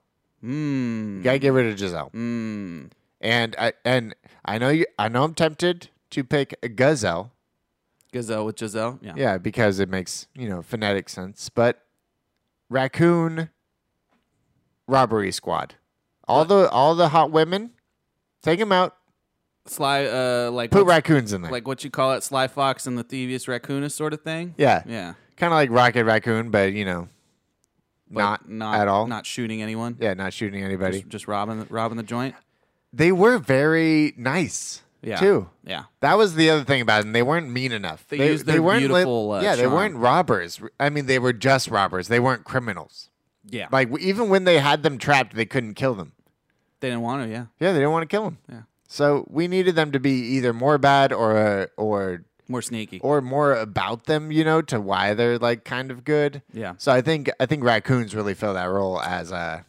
Speaker 1: Mmm.
Speaker 2: You gotta get rid of Giselle.
Speaker 1: Hmm.
Speaker 2: And I and I know you I know I'm tempted to pick a gazelle.
Speaker 1: Gazelle with Giselle. Yeah.
Speaker 2: Yeah, because it makes, you know, phonetic sense. But raccoon robbery squad. All the all the hot women, take them out.
Speaker 1: Sly uh like
Speaker 2: Put
Speaker 1: what's-
Speaker 2: raccoons in there.
Speaker 1: like what you call it, Sly Fox and the Thievius Raccoonus sort of thing.
Speaker 2: yeah.
Speaker 1: Yeah.
Speaker 2: Kind of like Rocket Raccoon, but you know,
Speaker 1: but
Speaker 2: Not
Speaker 1: not
Speaker 2: at all?
Speaker 1: not shooting anyone.
Speaker 2: Yeah, not shooting anybody.
Speaker 1: Just, just robbing robbing the joint.
Speaker 2: they were very nice
Speaker 1: Yeah.
Speaker 2: too.
Speaker 1: Yeah.
Speaker 2: That was the other thing about them. They weren't mean enough.
Speaker 1: They used their
Speaker 2: weren't
Speaker 1: beautiful, uh,
Speaker 2: yeah, they
Speaker 1: charm.
Speaker 2: weren't robbers. I mean, they were just robbers. They weren't criminals.
Speaker 1: Yeah.
Speaker 2: Like w- even when they had them trapped, they couldn't kill them.
Speaker 1: They didn't want to. Yeah.
Speaker 2: Yeah, they didn't want to kill them.
Speaker 1: Yeah.
Speaker 2: So we needed them to be either more bad or uh, or
Speaker 1: More sneaky.
Speaker 2: or more about them, you know, to why they're like kind of good.
Speaker 1: Yeah.
Speaker 2: So I think I think raccoons really fill that role as uh, a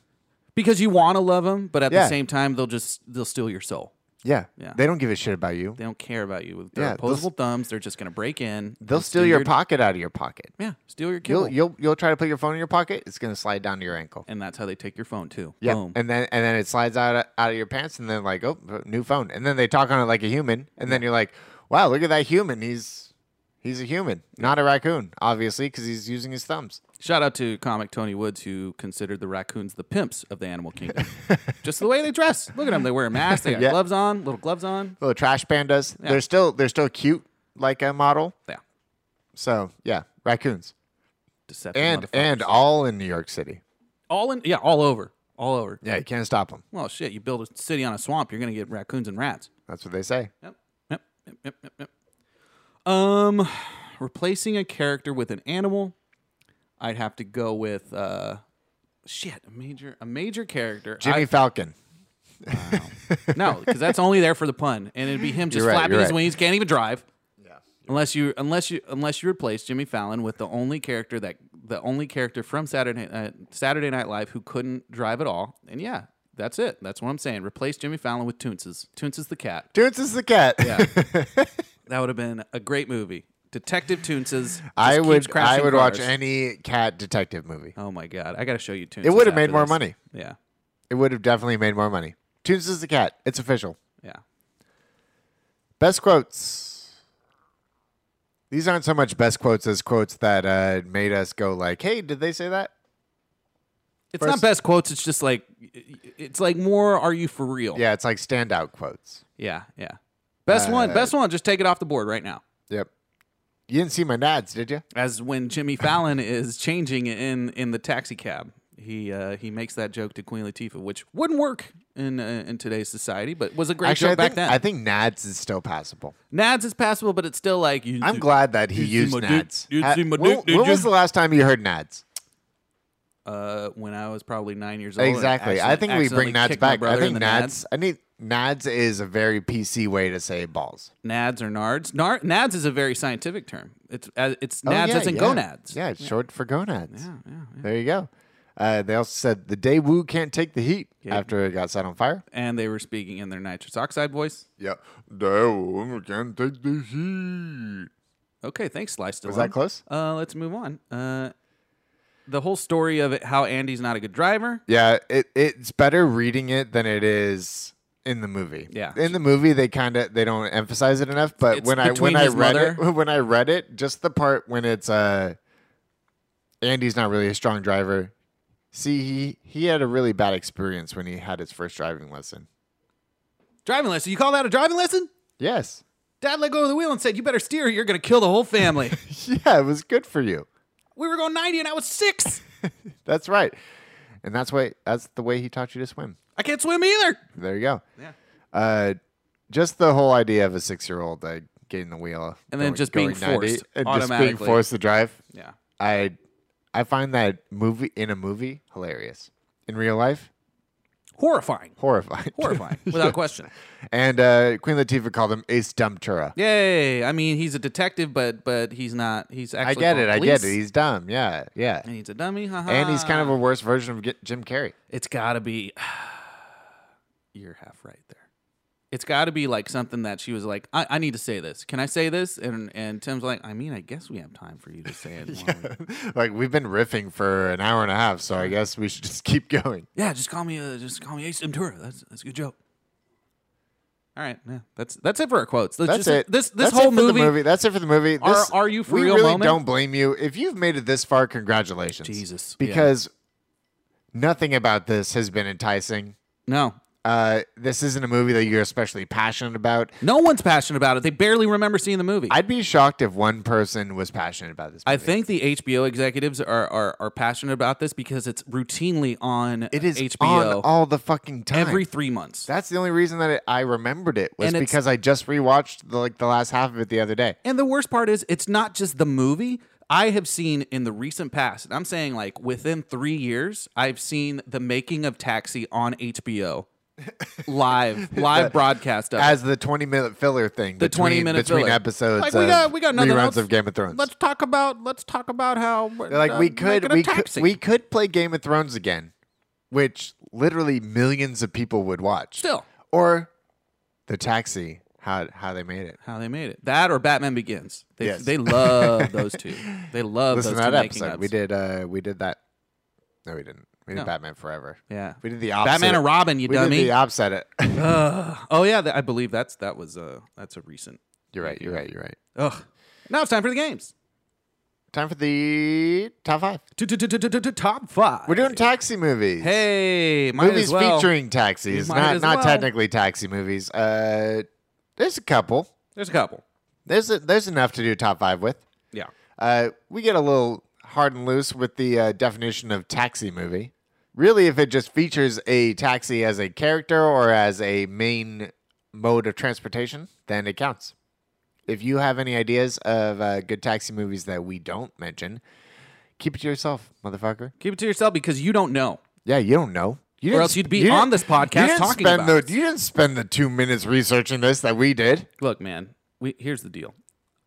Speaker 1: because you want to love them, but at
Speaker 2: Yeah.
Speaker 1: the same time, they'll just they'll steal your soul.
Speaker 2: yeah.
Speaker 1: Yeah.
Speaker 2: They don't give a shit about you.
Speaker 1: They don't care about you. With their
Speaker 2: Yeah, they'll
Speaker 1: opposable thumbs, they're just gonna break in.
Speaker 2: They'll
Speaker 1: and
Speaker 2: steal your
Speaker 1: your
Speaker 2: pocket out of your pocket.
Speaker 1: Yeah, steal your
Speaker 2: You'll
Speaker 1: kibble.
Speaker 2: you'll you'll try to put your phone in your pocket. It's gonna slide down to your ankle.
Speaker 1: and that's how they take your phone too.
Speaker 2: Yeah,
Speaker 1: Boom.
Speaker 2: and then and then it slides out of, out of your pants, and then like oh, new phone, and then they talk on it like a human, and then you're like, wow, look at that human. He's he's a human, not a raccoon, obviously, because he's using his thumbs.
Speaker 1: Shout out to comic Tony Woods, who considered the raccoons the pimps of the animal
Speaker 2: (laughs)
Speaker 1: kingdom. Just the way they dress. Look at them. They wear masks. They got
Speaker 2: Yeah.
Speaker 1: gloves on, little gloves on.
Speaker 2: Little trash pandas.
Speaker 1: Yeah.
Speaker 2: They're still they're still cute like a model.
Speaker 1: Yeah.
Speaker 2: So yeah, raccoons,
Speaker 1: Deceptive.
Speaker 2: and
Speaker 1: motherfuckers.
Speaker 2: and all in New York City.
Speaker 1: all in, yeah, all over. All over.
Speaker 2: Yeah, you can't stop them.
Speaker 1: Well, shit, you build a city on a swamp, you're going to get raccoons and rats.
Speaker 2: That's what they say.
Speaker 1: Yep. Yep. Yep. Yep. Yep. yep. Um, replacing a character with an animal, I'd have to go with, uh, shit, a major, a major character.
Speaker 2: Jimmy
Speaker 1: I-
Speaker 2: Falcon.
Speaker 1: No, because that's only there for the pun, and it'd be
Speaker 2: (laughs)
Speaker 1: him just
Speaker 2: You're right,
Speaker 1: flapping
Speaker 2: you're
Speaker 1: his
Speaker 2: right.
Speaker 1: wings, can't even drive. Unless you, unless you, unless you replace Jimmy Fallon with the only character that the only character from Saturday uh, Saturday Night Live who couldn't drive at all, and yeah, that's it. That's what I'm saying. Replace Jimmy Fallon with Toonces. Toonces the cat.
Speaker 2: Toots is the cat. (laughs)
Speaker 1: Yeah, that would have been a great movie. Detective Toonces. just
Speaker 2: I
Speaker 1: keeps
Speaker 2: would I
Speaker 1: crashing
Speaker 2: would watch
Speaker 1: cars.
Speaker 2: any cat detective movie.
Speaker 1: Oh my god, I got to show you Toonces.
Speaker 2: would've
Speaker 1: after
Speaker 2: made more
Speaker 1: this.
Speaker 2: money.
Speaker 1: Yeah,
Speaker 2: It would have definitely made more money. Tunes is the cat. It's official.
Speaker 1: yeah.
Speaker 2: Best quotes. These aren't so much best quotes as quotes that uh, made us go like, "Hey, did they say that?"
Speaker 1: It's
Speaker 2: First-
Speaker 1: not best quotes. It's just like, it's like more. Are you for real?
Speaker 2: Yeah, it's like standout quotes.
Speaker 1: Yeah, yeah. Best
Speaker 2: Uh,
Speaker 1: one, best one. Just take it off the board right now.
Speaker 2: Yep. You didn't see my nads, did you?
Speaker 1: As when
Speaker 2: (laughs)
Speaker 1: Jimmy Fallon is changing in in the taxi cab, he uh, he makes that joke to Queen Latifah, which wouldn't work in uh, in today's society, but was a great
Speaker 2: Actually, I
Speaker 1: joke back
Speaker 2: think,
Speaker 1: then.
Speaker 2: I think nads is still passable.
Speaker 1: Nads is passable, but it's still like you.
Speaker 2: I'm glad that he
Speaker 1: You
Speaker 2: used
Speaker 1: see my dick?
Speaker 2: nads.
Speaker 1: You
Speaker 2: Ha-
Speaker 1: see my
Speaker 2: when
Speaker 1: dick, did
Speaker 2: when was
Speaker 1: you?
Speaker 2: the last time you heard nads?
Speaker 1: Uh, when I was probably nine years old, and
Speaker 2: Exactly. I
Speaker 1: accident-
Speaker 2: think we
Speaker 1: accidentally
Speaker 2: bring nads
Speaker 1: kicked my
Speaker 2: back. I
Speaker 1: brother in
Speaker 2: think
Speaker 1: the
Speaker 2: nads. I need nads is a very PC way to say balls.
Speaker 1: nads or nards. Nar- nads is a very scientific term. It's uh, it's
Speaker 2: Oh,
Speaker 1: nads
Speaker 2: yeah,
Speaker 1: as in
Speaker 2: yeah.
Speaker 1: gonads.
Speaker 2: Yeah, it's short for gonads. Yeah, yeah, There you go. Uh, they also said the day Wu can't take the heat after it got set on fire.
Speaker 1: and they were speaking in their nitrous oxide voice.
Speaker 2: Yeah, Daewoo can't take the heat.
Speaker 1: Okay, thanks, Slice.
Speaker 2: Was that close?
Speaker 1: Uh, let's move on. Uh, the whole story of it, how Andy's not a good driver.
Speaker 2: Yeah, it it's better reading it than it is in the movie.
Speaker 1: Yeah.
Speaker 2: in the movie they kind of they don't emphasize it enough. But
Speaker 1: It's
Speaker 2: when I when
Speaker 1: between
Speaker 2: I
Speaker 1: his
Speaker 2: read
Speaker 1: mother-
Speaker 2: it (laughs) when I read it, just the part when it's uh, Andy's not really a strong driver. See, he he had a really bad experience when he had his first driving lesson.
Speaker 1: Driving lesson. You call that a driving lesson?
Speaker 2: Yes.
Speaker 1: Dad let go of the wheel and said, "You better steer. or You're gonna kill the whole
Speaker 2: (laughs)
Speaker 1: family."
Speaker 2: Yeah, it was good for you.
Speaker 1: we were going 90, and I was six.
Speaker 2: That's right. And that's why that's the way he taught you to swim.
Speaker 1: I can't swim either.
Speaker 2: There you go.
Speaker 1: Yeah.
Speaker 2: Uh, just the whole idea of a six year old uh, getting the wheel
Speaker 1: And then just being forced
Speaker 2: and just
Speaker 1: automatically.
Speaker 2: being forced to drive.
Speaker 1: Yeah.
Speaker 2: I I find that movie in a movie hilarious. In real life,
Speaker 1: Horrifying.
Speaker 2: horrifying. (laughs)
Speaker 1: Horrifying, without question.
Speaker 2: and uh, Queen Latifah called him Ace Dumptura.
Speaker 1: Yay! I mean, he's a detective, but but he's not. He's actually
Speaker 2: I get
Speaker 1: called
Speaker 2: it. I
Speaker 1: police. Ah.
Speaker 2: get it. He's dumb. Yeah. Yeah.
Speaker 1: and he's a dummy. haha.
Speaker 2: And he's kind of a worse version of G- Jim Carrey.
Speaker 1: It's got to be. (sighs) You're half right there. It's got to be like something that she was like, I, I need to say this. Can I say this? And and Tim's like, I mean, I guess we have time for you to
Speaker 2: (laughs)
Speaker 1: say it. while we-
Speaker 2: like we've been riffing for an hour and a half, so I guess we should just keep going.
Speaker 1: Yeah, just call me. Uh, just call me Ace Ventura. That's that's a good joke. All right, yeah, that's that's it for our quotes. Let's
Speaker 2: That's
Speaker 1: just-
Speaker 2: it.
Speaker 1: This this
Speaker 2: That's
Speaker 1: whole
Speaker 2: it for the
Speaker 1: movie,
Speaker 2: That's it for the movie.
Speaker 1: Are-
Speaker 2: This-
Speaker 1: are you for
Speaker 2: we
Speaker 1: real
Speaker 2: really
Speaker 1: moment?
Speaker 2: don't blame you if you've made it this far. Congratulations,
Speaker 1: Jesus, yeah.
Speaker 2: Because nothing about this has been enticing.
Speaker 1: No,
Speaker 2: uh, this isn't a movie that you're especially passionate about.
Speaker 1: No one's passionate about it. They barely remember seeing the movie.
Speaker 2: I'd be shocked if one person was passionate about this.
Speaker 1: I think the HBO executives are, are, are passionate about this because it's routinely on
Speaker 2: It is on
Speaker 1: HBO
Speaker 2: all the fucking time.
Speaker 1: every three months.
Speaker 2: That's the only reason that it, I remembered it was
Speaker 1: And it's-
Speaker 2: because I just rewatched the, like the last half of it the other day.
Speaker 1: And the worst part is, it's not just the movie. I have seen in the recent past, and I'm saying like within three years, I've seen the making of Taxi on
Speaker 2: (laughs)
Speaker 1: HBO live, live broadcast of it.
Speaker 2: As the twenty minute filler thing,
Speaker 1: the
Speaker 2: between,
Speaker 1: 20 minute
Speaker 2: between
Speaker 1: filler.
Speaker 2: episodes,
Speaker 1: Like, we
Speaker 2: of
Speaker 1: got we got nothing
Speaker 2: reruns
Speaker 1: else.
Speaker 2: of Game of Thrones.
Speaker 1: Let's talk about let's talk about how we're,
Speaker 2: They're like
Speaker 1: uh,
Speaker 2: we could
Speaker 1: making a
Speaker 2: we could
Speaker 1: taxi.
Speaker 2: we could play Game of Thrones again, which literally millions of people would watch.
Speaker 1: Still.
Speaker 2: or the Taxi, how how they made it.
Speaker 1: how they made it that or Batman Begins. They
Speaker 2: Yes.
Speaker 1: they
Speaker 2: (laughs)
Speaker 1: love those two. They love
Speaker 2: Listen to
Speaker 1: those
Speaker 2: that
Speaker 1: two making
Speaker 2: episode.
Speaker 1: ups.
Speaker 2: We did uh we did that. No, we didn't. We did
Speaker 1: No.
Speaker 2: Batman Forever.
Speaker 1: Yeah.
Speaker 2: we did the opposite.
Speaker 1: Batman and Robin, you
Speaker 2: we
Speaker 1: dummy.
Speaker 2: Did the opposite. (laughs)
Speaker 1: oh yeah, that, I believe that's that was uh that's a recent.
Speaker 2: you're right. You're right. You're right.
Speaker 1: Ugh. Now it's time for the games.
Speaker 2: Time for the top five.
Speaker 1: Top five.
Speaker 2: We're doing taxi movies.
Speaker 1: Hey, might
Speaker 2: movies
Speaker 1: as well.
Speaker 2: featuring taxis,
Speaker 1: Might
Speaker 2: not
Speaker 1: as
Speaker 2: not
Speaker 1: well.
Speaker 2: technically taxi movies. Uh, there's a couple.
Speaker 1: There's a couple.
Speaker 2: There's a, there's enough to do top five with.
Speaker 1: Yeah.
Speaker 2: Uh, we get a little hard and loose with the uh, definition of taxi movie. Really, if it just features a taxi as a character or as a main mode of transportation, then it counts. If you have any ideas of uh, good taxi movies that we don't mention, keep it to yourself, motherfucker.
Speaker 1: Keep it to yourself because you don't know.
Speaker 2: Yeah, you don't know.
Speaker 1: Or
Speaker 2: You didn't
Speaker 1: else
Speaker 2: sp-
Speaker 1: you'd be
Speaker 2: you
Speaker 1: on
Speaker 2: didn't-
Speaker 1: this podcast
Speaker 2: you didn't
Speaker 1: talking
Speaker 2: spend
Speaker 1: about
Speaker 2: the,
Speaker 1: it.
Speaker 2: You didn't spend the two minutes researching this that we did.
Speaker 1: Look, man. We here's the deal.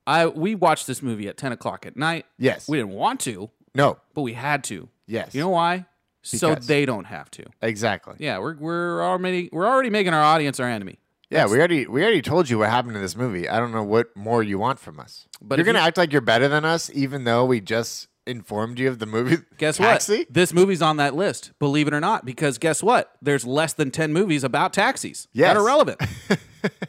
Speaker 1: I we watched this movie at ten o'clock at night.
Speaker 2: Yes.
Speaker 1: We didn't want to,
Speaker 2: No.
Speaker 1: but we had to.
Speaker 2: Yes.
Speaker 1: You know why? So
Speaker 2: Because.
Speaker 1: they don't have to.
Speaker 2: Exactly.
Speaker 1: Yeah, we're we're already we're already making our audience our enemy.
Speaker 2: Yeah, we already we already told you what happened to this movie. I don't know what more you want from us.
Speaker 1: But
Speaker 2: But you're
Speaker 1: if you-
Speaker 2: gonna act like you're better than us, even though we just informed you of the movie. (laughs)
Speaker 1: Guess
Speaker 2: Taxi?
Speaker 1: what? This movie's on that list, believe it or not, because guess what? There's less than 10 movies about taxis
Speaker 2: Yes.
Speaker 1: that are relevant. (laughs)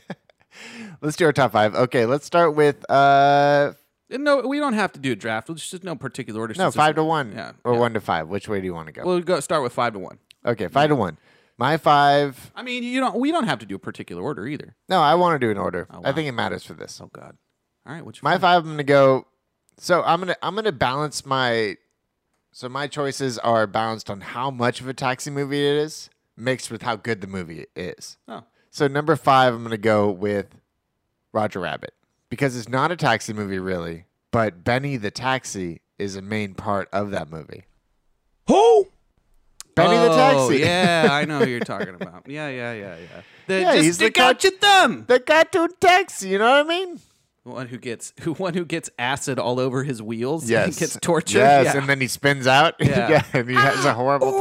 Speaker 2: Let's do our top five. Okay, let's start with uh
Speaker 1: And no, we don't have to do a draft. It's just no particular order.
Speaker 2: no
Speaker 1: since
Speaker 2: five
Speaker 1: it's-
Speaker 2: to one
Speaker 1: Yeah.
Speaker 2: or
Speaker 1: yeah.
Speaker 2: one to five. Which way do you want to go?
Speaker 1: We'll go start with five to one.
Speaker 2: okay, five to one. My five.
Speaker 1: I mean, you don't. We don't have to do a particular order either.
Speaker 2: No, I want to do an order. I think it matters for this.
Speaker 1: Oh God. All right. What's your
Speaker 2: My
Speaker 1: five?
Speaker 2: five. I'm gonna go. So I'm gonna I'm gonna balance my. So my choices are balanced on how much of a taxi movie it is, mixed with how good the movie is.
Speaker 1: Oh.
Speaker 2: So number five, I'm gonna go with Roger Rabbit because it's not a taxi movie really, but Benny the Taxi is a main part of that movie. Who? Benny the
Speaker 1: Oh,
Speaker 2: Taxi. (laughs)
Speaker 1: yeah, I know who you're talking about. Yeah, yeah, yeah, yeah. The,
Speaker 2: Yeah,
Speaker 1: just
Speaker 2: he's the
Speaker 1: stick out
Speaker 2: cut-
Speaker 1: your thumb.
Speaker 2: The cartoon taxi. You know what I
Speaker 1: (laughs)
Speaker 2: mean?
Speaker 1: one who gets (laughs) who one who gets acid all over his wheels.
Speaker 2: Yes.
Speaker 1: and gets tortured.
Speaker 2: Yes,
Speaker 1: yeah.
Speaker 2: and then he spins out. (laughs)
Speaker 1: Yeah.
Speaker 2: and he has a horrible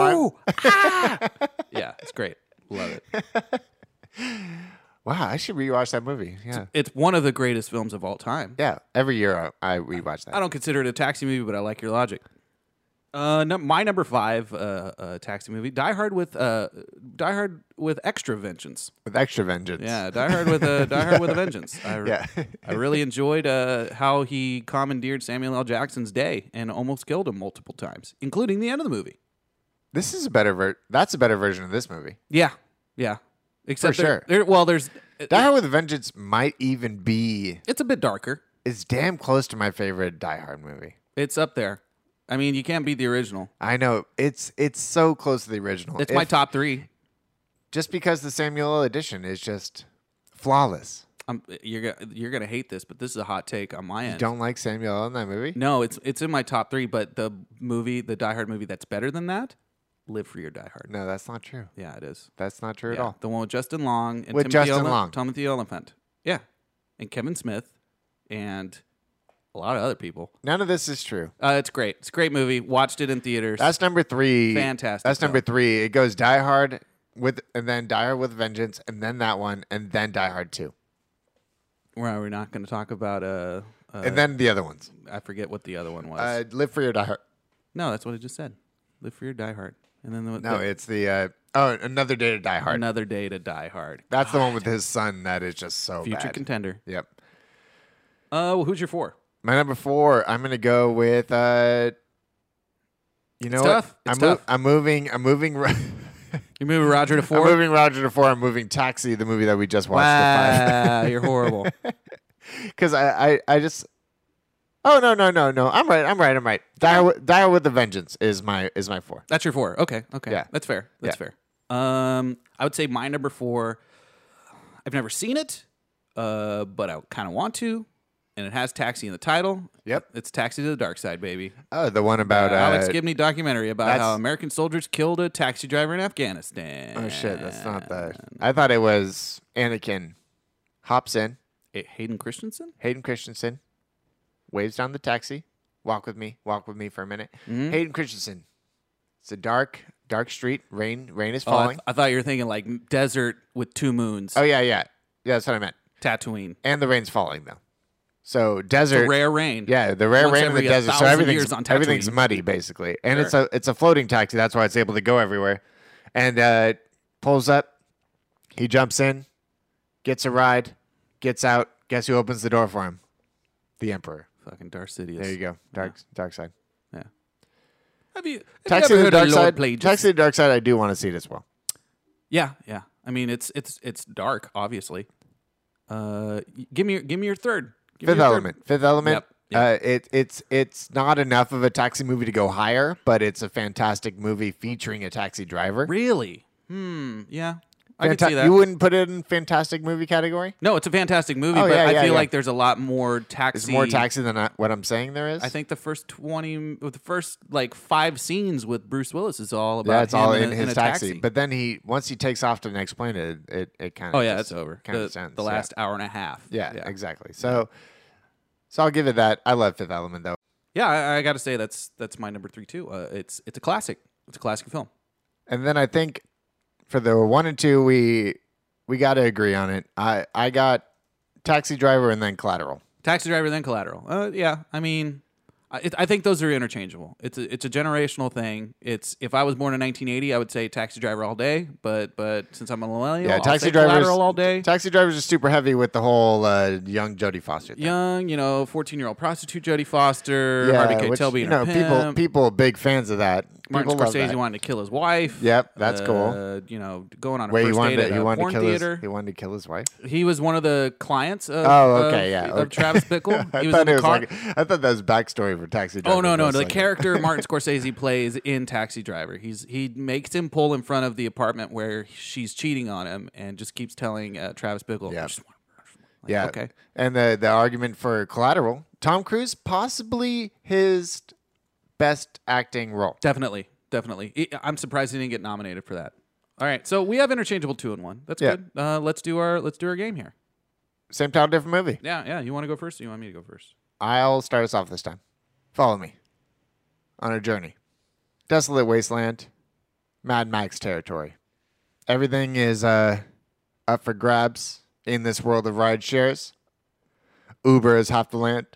Speaker 2: time.
Speaker 1: yeah, it's great. Love it.
Speaker 2: Wow, I should rewatch that movie. Yeah.
Speaker 1: It's one of the greatest films of all time.
Speaker 2: Yeah, every year I, I rewatch that.
Speaker 1: I don't consider it a taxi movie, but I like your logic. Uh, num my number five uh, uh, taxi movie, Die Hard with uh, Die Hard with extra vengeance.
Speaker 2: With extra vengeance. (laughs)
Speaker 1: Yeah, Die Hard with a Die Hard with a vengeance. I,
Speaker 2: Yeah.
Speaker 1: I really enjoyed uh, how he commandeered Samuel L. Jackson's day and almost killed him multiple times, including the end of the movie.
Speaker 2: This is a better ver- that's a better version of this movie.
Speaker 1: Yeah, yeah. Except
Speaker 2: For
Speaker 1: there-
Speaker 2: sure.
Speaker 1: there- well, there's
Speaker 2: Die Hard with a Vengeance might even be
Speaker 1: it's a bit darker.
Speaker 2: it's damn close to my favorite Die Hard movie.
Speaker 1: It's up there. I mean, you can't beat the original.
Speaker 2: I know it's it's so close to the original.
Speaker 1: It's my
Speaker 2: If-
Speaker 1: top three.
Speaker 2: just because the Samuel L. edition is just flawless.
Speaker 1: I'm, you're gonna you're gonna hate this, but this is a hot take on my end.
Speaker 2: Don't like Samuel L. in that movie?
Speaker 1: No, it's it's in my top three, but the movie, the Die Hard movie that's better than that, Live Free or Die Hard.
Speaker 2: No, that's not true.
Speaker 1: Yeah, it is.
Speaker 2: That's not true at
Speaker 1: Yeah.
Speaker 2: all.
Speaker 1: The one with Justin Long and
Speaker 2: With
Speaker 1: Timothy
Speaker 2: Justin
Speaker 1: Ele-
Speaker 2: Long.
Speaker 1: Timothy Oliphant. Yeah, and Kevin Smith, and a lot of other people.
Speaker 2: None of this is true.
Speaker 1: Uh, it's great. It's a great movie. Watched it in theaters.
Speaker 2: That's number three.
Speaker 1: Fantastic
Speaker 2: That's number
Speaker 1: film.
Speaker 2: three. It goes Die Hard with, and then Die Hard with Vengeance, and then that one, and then Die Hard Two,
Speaker 1: where we're not going to talk about. Uh, uh,
Speaker 2: and then the other ones.
Speaker 1: I forget what the other one was.
Speaker 2: Uh, Live Free or Die Hard.
Speaker 1: no, that's what I just said. Live Free or Die Hard, and then the,
Speaker 2: No,
Speaker 1: the-
Speaker 2: it's the uh, oh, Another Day to Die Hard.
Speaker 1: another day to Die Hard.
Speaker 2: That's the one with his son that is just so
Speaker 1: Future
Speaker 2: bad.
Speaker 1: contender.
Speaker 2: Yep.
Speaker 1: Uh, well, who's your four?
Speaker 2: My number four. I'm gonna go with. uh You know
Speaker 1: It's
Speaker 2: what?
Speaker 1: tough. It's
Speaker 2: I'm, mov-
Speaker 1: tough.
Speaker 2: I'm moving. I'm moving. Ro- (laughs)
Speaker 1: You're moving Roger to
Speaker 2: I'm
Speaker 1: four.
Speaker 2: moving Roger to four. I'm moving Taxi, the movie that we just watched.
Speaker 1: Wow, you're horrible.
Speaker 2: Because I, I, I just. Oh no no no no! I'm right. I'm right. I'm right. Dire, with- Dire with a Vengeance is my is my four.
Speaker 1: (laughs) That's your four. Okay. Okay.
Speaker 2: Yeah.
Speaker 1: That's fair. That's
Speaker 2: Yeah.
Speaker 1: fair. Um, I would say my number four. I've never seen it, uh, but I kind of want to, and it has Taxi in the title.
Speaker 2: Yep.
Speaker 1: It's Taxi to the Dark Side, baby.
Speaker 2: Oh, the one about uh,
Speaker 1: Alex Gibney documentary about how
Speaker 2: that's-
Speaker 1: American soldiers killed a taxi driver in Afghanistan.
Speaker 2: Oh shit, that's not that. I thought it was Anakin hops in,
Speaker 1: Hey- Eh, Hayden Christensen.
Speaker 2: Hayden Christensen waves down the taxi, walk with me, walk with me for a minute.
Speaker 1: Mm-hmm.
Speaker 2: Hayden Christensen. It's a dark, dark street. Rain, rain is
Speaker 1: Oh, I,
Speaker 2: falling.
Speaker 1: I thought you were thinking like desert with two moons,
Speaker 2: Oh yeah, yeah, yeah. That's what I meant.
Speaker 1: Tatooine,
Speaker 2: And the rain's falling though. So
Speaker 1: The
Speaker 2: desert.
Speaker 1: rare rain.
Speaker 2: Yeah, the rare
Speaker 1: Once
Speaker 2: rain in the
Speaker 1: every a
Speaker 2: desert. So
Speaker 1: thousand
Speaker 2: everything's
Speaker 1: years on Tatooine.
Speaker 2: everything's muddy basically, and it's a it's a floating taxi. That's why it's able to go everywhere. And uh, pulls up, he jumps in, gets a ride, gets out. Guess who opens the door for him? The Emperor.
Speaker 1: Fucking Darth Sidious.
Speaker 2: There you go. Dark dark side.
Speaker 1: Yeah. Have you, have you
Speaker 2: Taxi to
Speaker 1: ever
Speaker 2: the
Speaker 1: heard
Speaker 2: dark
Speaker 1: of Lord
Speaker 2: side.
Speaker 1: Plagueis?
Speaker 2: Taxi to the dark side. I do want to see it as well.
Speaker 1: Yeah, yeah. I mean, it's it's it's dark, obviously. Uh, y- give me your, give me your third. Give me
Speaker 2: Fifth
Speaker 1: your third.
Speaker 2: Element. Fifth Element.
Speaker 1: Yep, yep.
Speaker 2: Uh, it it's it's not enough of a taxi movie to go higher, but it's a fantastic movie featuring a taxi driver.
Speaker 1: Really? Hmm. Yeah. I can
Speaker 2: Fanta-
Speaker 1: see that.
Speaker 2: You wouldn't put it in fantastic movie category.
Speaker 1: no, it's a fantastic movie,
Speaker 2: Oh,
Speaker 1: but
Speaker 2: yeah,
Speaker 1: I
Speaker 2: yeah,
Speaker 1: feel
Speaker 2: yeah.
Speaker 1: like there's a lot more taxi.
Speaker 2: It's more taxi than I, what I'm saying there is.
Speaker 1: I think the first twenty, with the first like five scenes with Bruce Willis is all about.
Speaker 2: yeah, it's
Speaker 1: him
Speaker 2: all
Speaker 1: in,
Speaker 2: in
Speaker 1: a,
Speaker 2: his
Speaker 1: a
Speaker 2: taxi. But then he once he takes off to the next plane, it it, it kind of
Speaker 1: oh yeah, it's over.
Speaker 2: Kind
Speaker 1: The,
Speaker 2: of sense
Speaker 1: the last hour and a half.
Speaker 2: Yeah, yeah,
Speaker 1: yeah.
Speaker 2: exactly. So so I'll give it that. I love Fifth Element though.
Speaker 1: Yeah, I, I got to say that's that's my number three too. Uh, it's it's a classic. It's a classic film.
Speaker 2: And then I think for the one and two, we we got to agree on it. I I got Taxi Driver and then Collateral.
Speaker 1: Taxi Driver, then Collateral. Uh, yeah, I mean, I, it, I think those are interchangeable. It's a, it's a generational thing. It's if I was born in 1980, I would say Taxi Driver all day. But but since I'm a millennial,
Speaker 2: Yeah,
Speaker 1: I'll
Speaker 2: Taxi
Speaker 1: say
Speaker 2: Drivers
Speaker 1: Collateral all day.
Speaker 2: Taxi Drivers are super heavy with the whole uh, young Jodie Foster. Thing.
Speaker 1: Young, you know, 14 year old prostitute Jodie Foster,
Speaker 2: Yeah,
Speaker 1: Harvey
Speaker 2: which,
Speaker 1: Keitel being
Speaker 2: you know,
Speaker 1: a
Speaker 2: people
Speaker 1: pimp,
Speaker 2: people are big fans of that.
Speaker 1: Martin
Speaker 2: people love
Speaker 1: Scorsese
Speaker 2: that.
Speaker 1: wanted to kill his wife.
Speaker 2: Yep, that's
Speaker 1: uh,
Speaker 2: cool.
Speaker 1: You know, going on a
Speaker 2: Wait,
Speaker 1: first
Speaker 2: he
Speaker 1: date
Speaker 2: wanted to,
Speaker 1: at
Speaker 2: he
Speaker 1: a
Speaker 2: wanted
Speaker 1: porn
Speaker 2: to kill
Speaker 1: theater.
Speaker 2: his he wanted to kill his wife.
Speaker 1: he was one of the clients of,
Speaker 2: Oh, okay,
Speaker 1: of-
Speaker 2: yeah.
Speaker 1: of
Speaker 2: okay. (laughs)
Speaker 1: Travis Bickle.
Speaker 2: I
Speaker 1: He was
Speaker 2: thought
Speaker 1: in the
Speaker 2: it was
Speaker 1: car.
Speaker 2: like I thought that was backstory for Taxi Driver.
Speaker 1: Oh no,
Speaker 2: for
Speaker 1: no,
Speaker 2: a
Speaker 1: the
Speaker 2: second. (laughs)
Speaker 1: character Martin Scorsese plays in Taxi Driver. He's he makes him pull in front of the apartment where she's cheating on him, and just keeps telling uh, Travis Bickle.
Speaker 2: Yeah.
Speaker 1: "I just want her." Like,
Speaker 2: Yeah.
Speaker 1: Okay.
Speaker 2: And the the argument for Collateral, Tom Cruise possibly his best acting role.
Speaker 1: Definitely. Definitely. I- I'm surprised he didn't get nominated for that. All right. So we have interchangeable two and one. That's
Speaker 2: Yeah.
Speaker 1: good. Uh, let's do our let's do our game here.
Speaker 2: Same title, different movie.
Speaker 1: Yeah. Yeah. You want to go first? Or you want me to go first?
Speaker 2: I'll start us off this time. Follow me on a journey. Desolate wasteland, Mad Max territory. Everything is uh, up for grabs in this world of ride shares. Uber is half the land.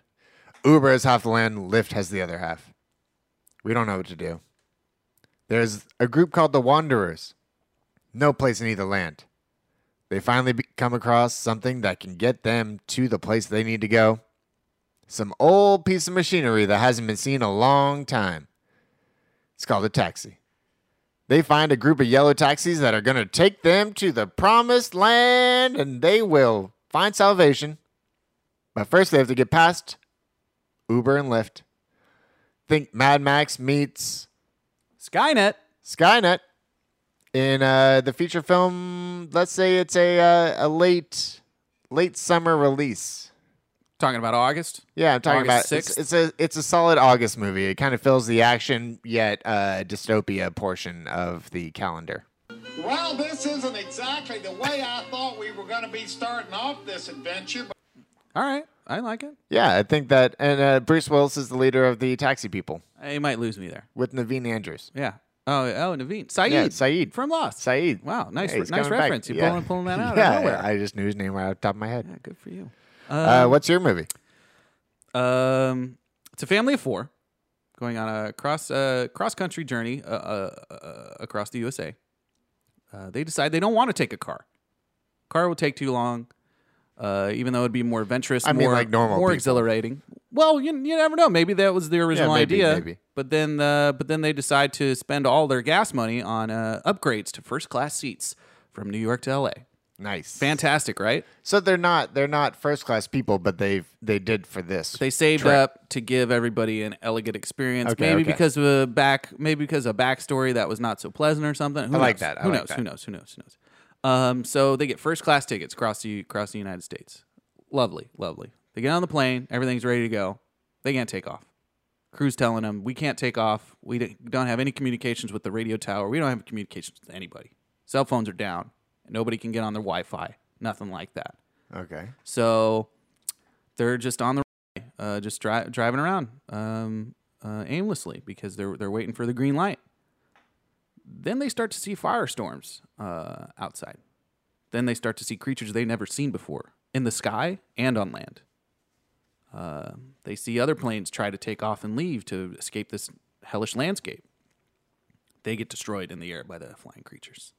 Speaker 2: Uber is half the land. Lyft has the other half. We don't know what to do. There's a group called the Wanderers. No place in either land. They finally be- come across something that can get them to the place they need to go some old piece of machinery that hasn't been seen a long time. It's called a taxi. They find a group of yellow taxis that are going to take them to the promised land and they will find salvation. But first, they have to get past Uber and Lyft. Think Mad Max meets
Speaker 1: Skynet.
Speaker 2: Skynet in uh, the feature film. Let's say it's a uh, a late late summer release.
Speaker 1: Talking about August.
Speaker 2: Yeah, I'm talking
Speaker 1: August
Speaker 2: about it's,
Speaker 1: 6th.
Speaker 2: it's a it's a solid August movie. It kind of fills the action yet uh, dystopia portion of the calendar.
Speaker 12: Well, this isn't exactly the way I thought we were going to be starting off this adventure, but
Speaker 1: All right. I like it.
Speaker 2: Yeah, I think that and uh, Bruce Willis is the leader of the Taxi People
Speaker 1: You might lose me there.
Speaker 2: with Naveen Andrews.
Speaker 1: Yeah. Oh, oh, Naveen. Saeed.
Speaker 2: Yeah, Saeed.
Speaker 1: From Lost.
Speaker 2: Saeed.
Speaker 1: Wow, nice-
Speaker 2: Yeah, he's
Speaker 1: nice
Speaker 2: coming back.
Speaker 1: reference. You're pulling- pulling
Speaker 2: (laughs)
Speaker 1: that out of
Speaker 2: Yeah,
Speaker 1: nowhere.
Speaker 2: I just knew his name right off the top of my head.
Speaker 1: Yeah, good for you.
Speaker 2: uh, what's your movie?
Speaker 1: Um, it's a family of four going on a cross uh, cross country journey uh, uh, uh, across the USA. Uh, they decide they don't want to take a car. Car would take too long. Uh, even though it'd be more adventurous,
Speaker 2: I mean,
Speaker 1: more,
Speaker 2: like normal
Speaker 1: more
Speaker 2: people.
Speaker 1: exhilarating. Well, you, you never know. Maybe that was the original
Speaker 2: maybe,
Speaker 1: idea.
Speaker 2: maybe.
Speaker 1: But then, uh, but then they decide to spend all their gas money on uh, upgrades to first class seats from New York to L.A.
Speaker 2: Nice.
Speaker 1: Fantastic, right?
Speaker 2: So they're not they're not first class people, but they they did for this.
Speaker 1: They saved
Speaker 2: trip.
Speaker 1: up to give everybody an elegant experience.
Speaker 2: Okay,
Speaker 1: maybe
Speaker 2: okay.
Speaker 1: because of a back, maybe because of a backstory that was not so pleasant or something. Who
Speaker 2: I like
Speaker 1: knows?
Speaker 2: that. I
Speaker 1: Who
Speaker 2: like
Speaker 1: knows?
Speaker 2: that.
Speaker 1: Who knows? Who knows? Who knows? Um, so they get first class tickets across the across the United States. Lovely, lovely. They get on the plane. Everything's ready to go. They can't take off. Crew's telling them we can't take off. We don't- don't have any communications with the radio tower. We don't have communications with anybody. Cell phones are down. Nobody can get on their Wi-Fi. Nothing like that.
Speaker 2: Okay.
Speaker 1: So they're just on the road, uh, just dri- driving around um, uh, aimlessly because they're they're waiting for the green light. Then they start to see firestorms uh, outside. Then they start to see creatures they've never seen before in the sky and on land. Uh, they see other planes try to take off and leave to escape this hellish landscape. They get destroyed in the air by the flying creatures.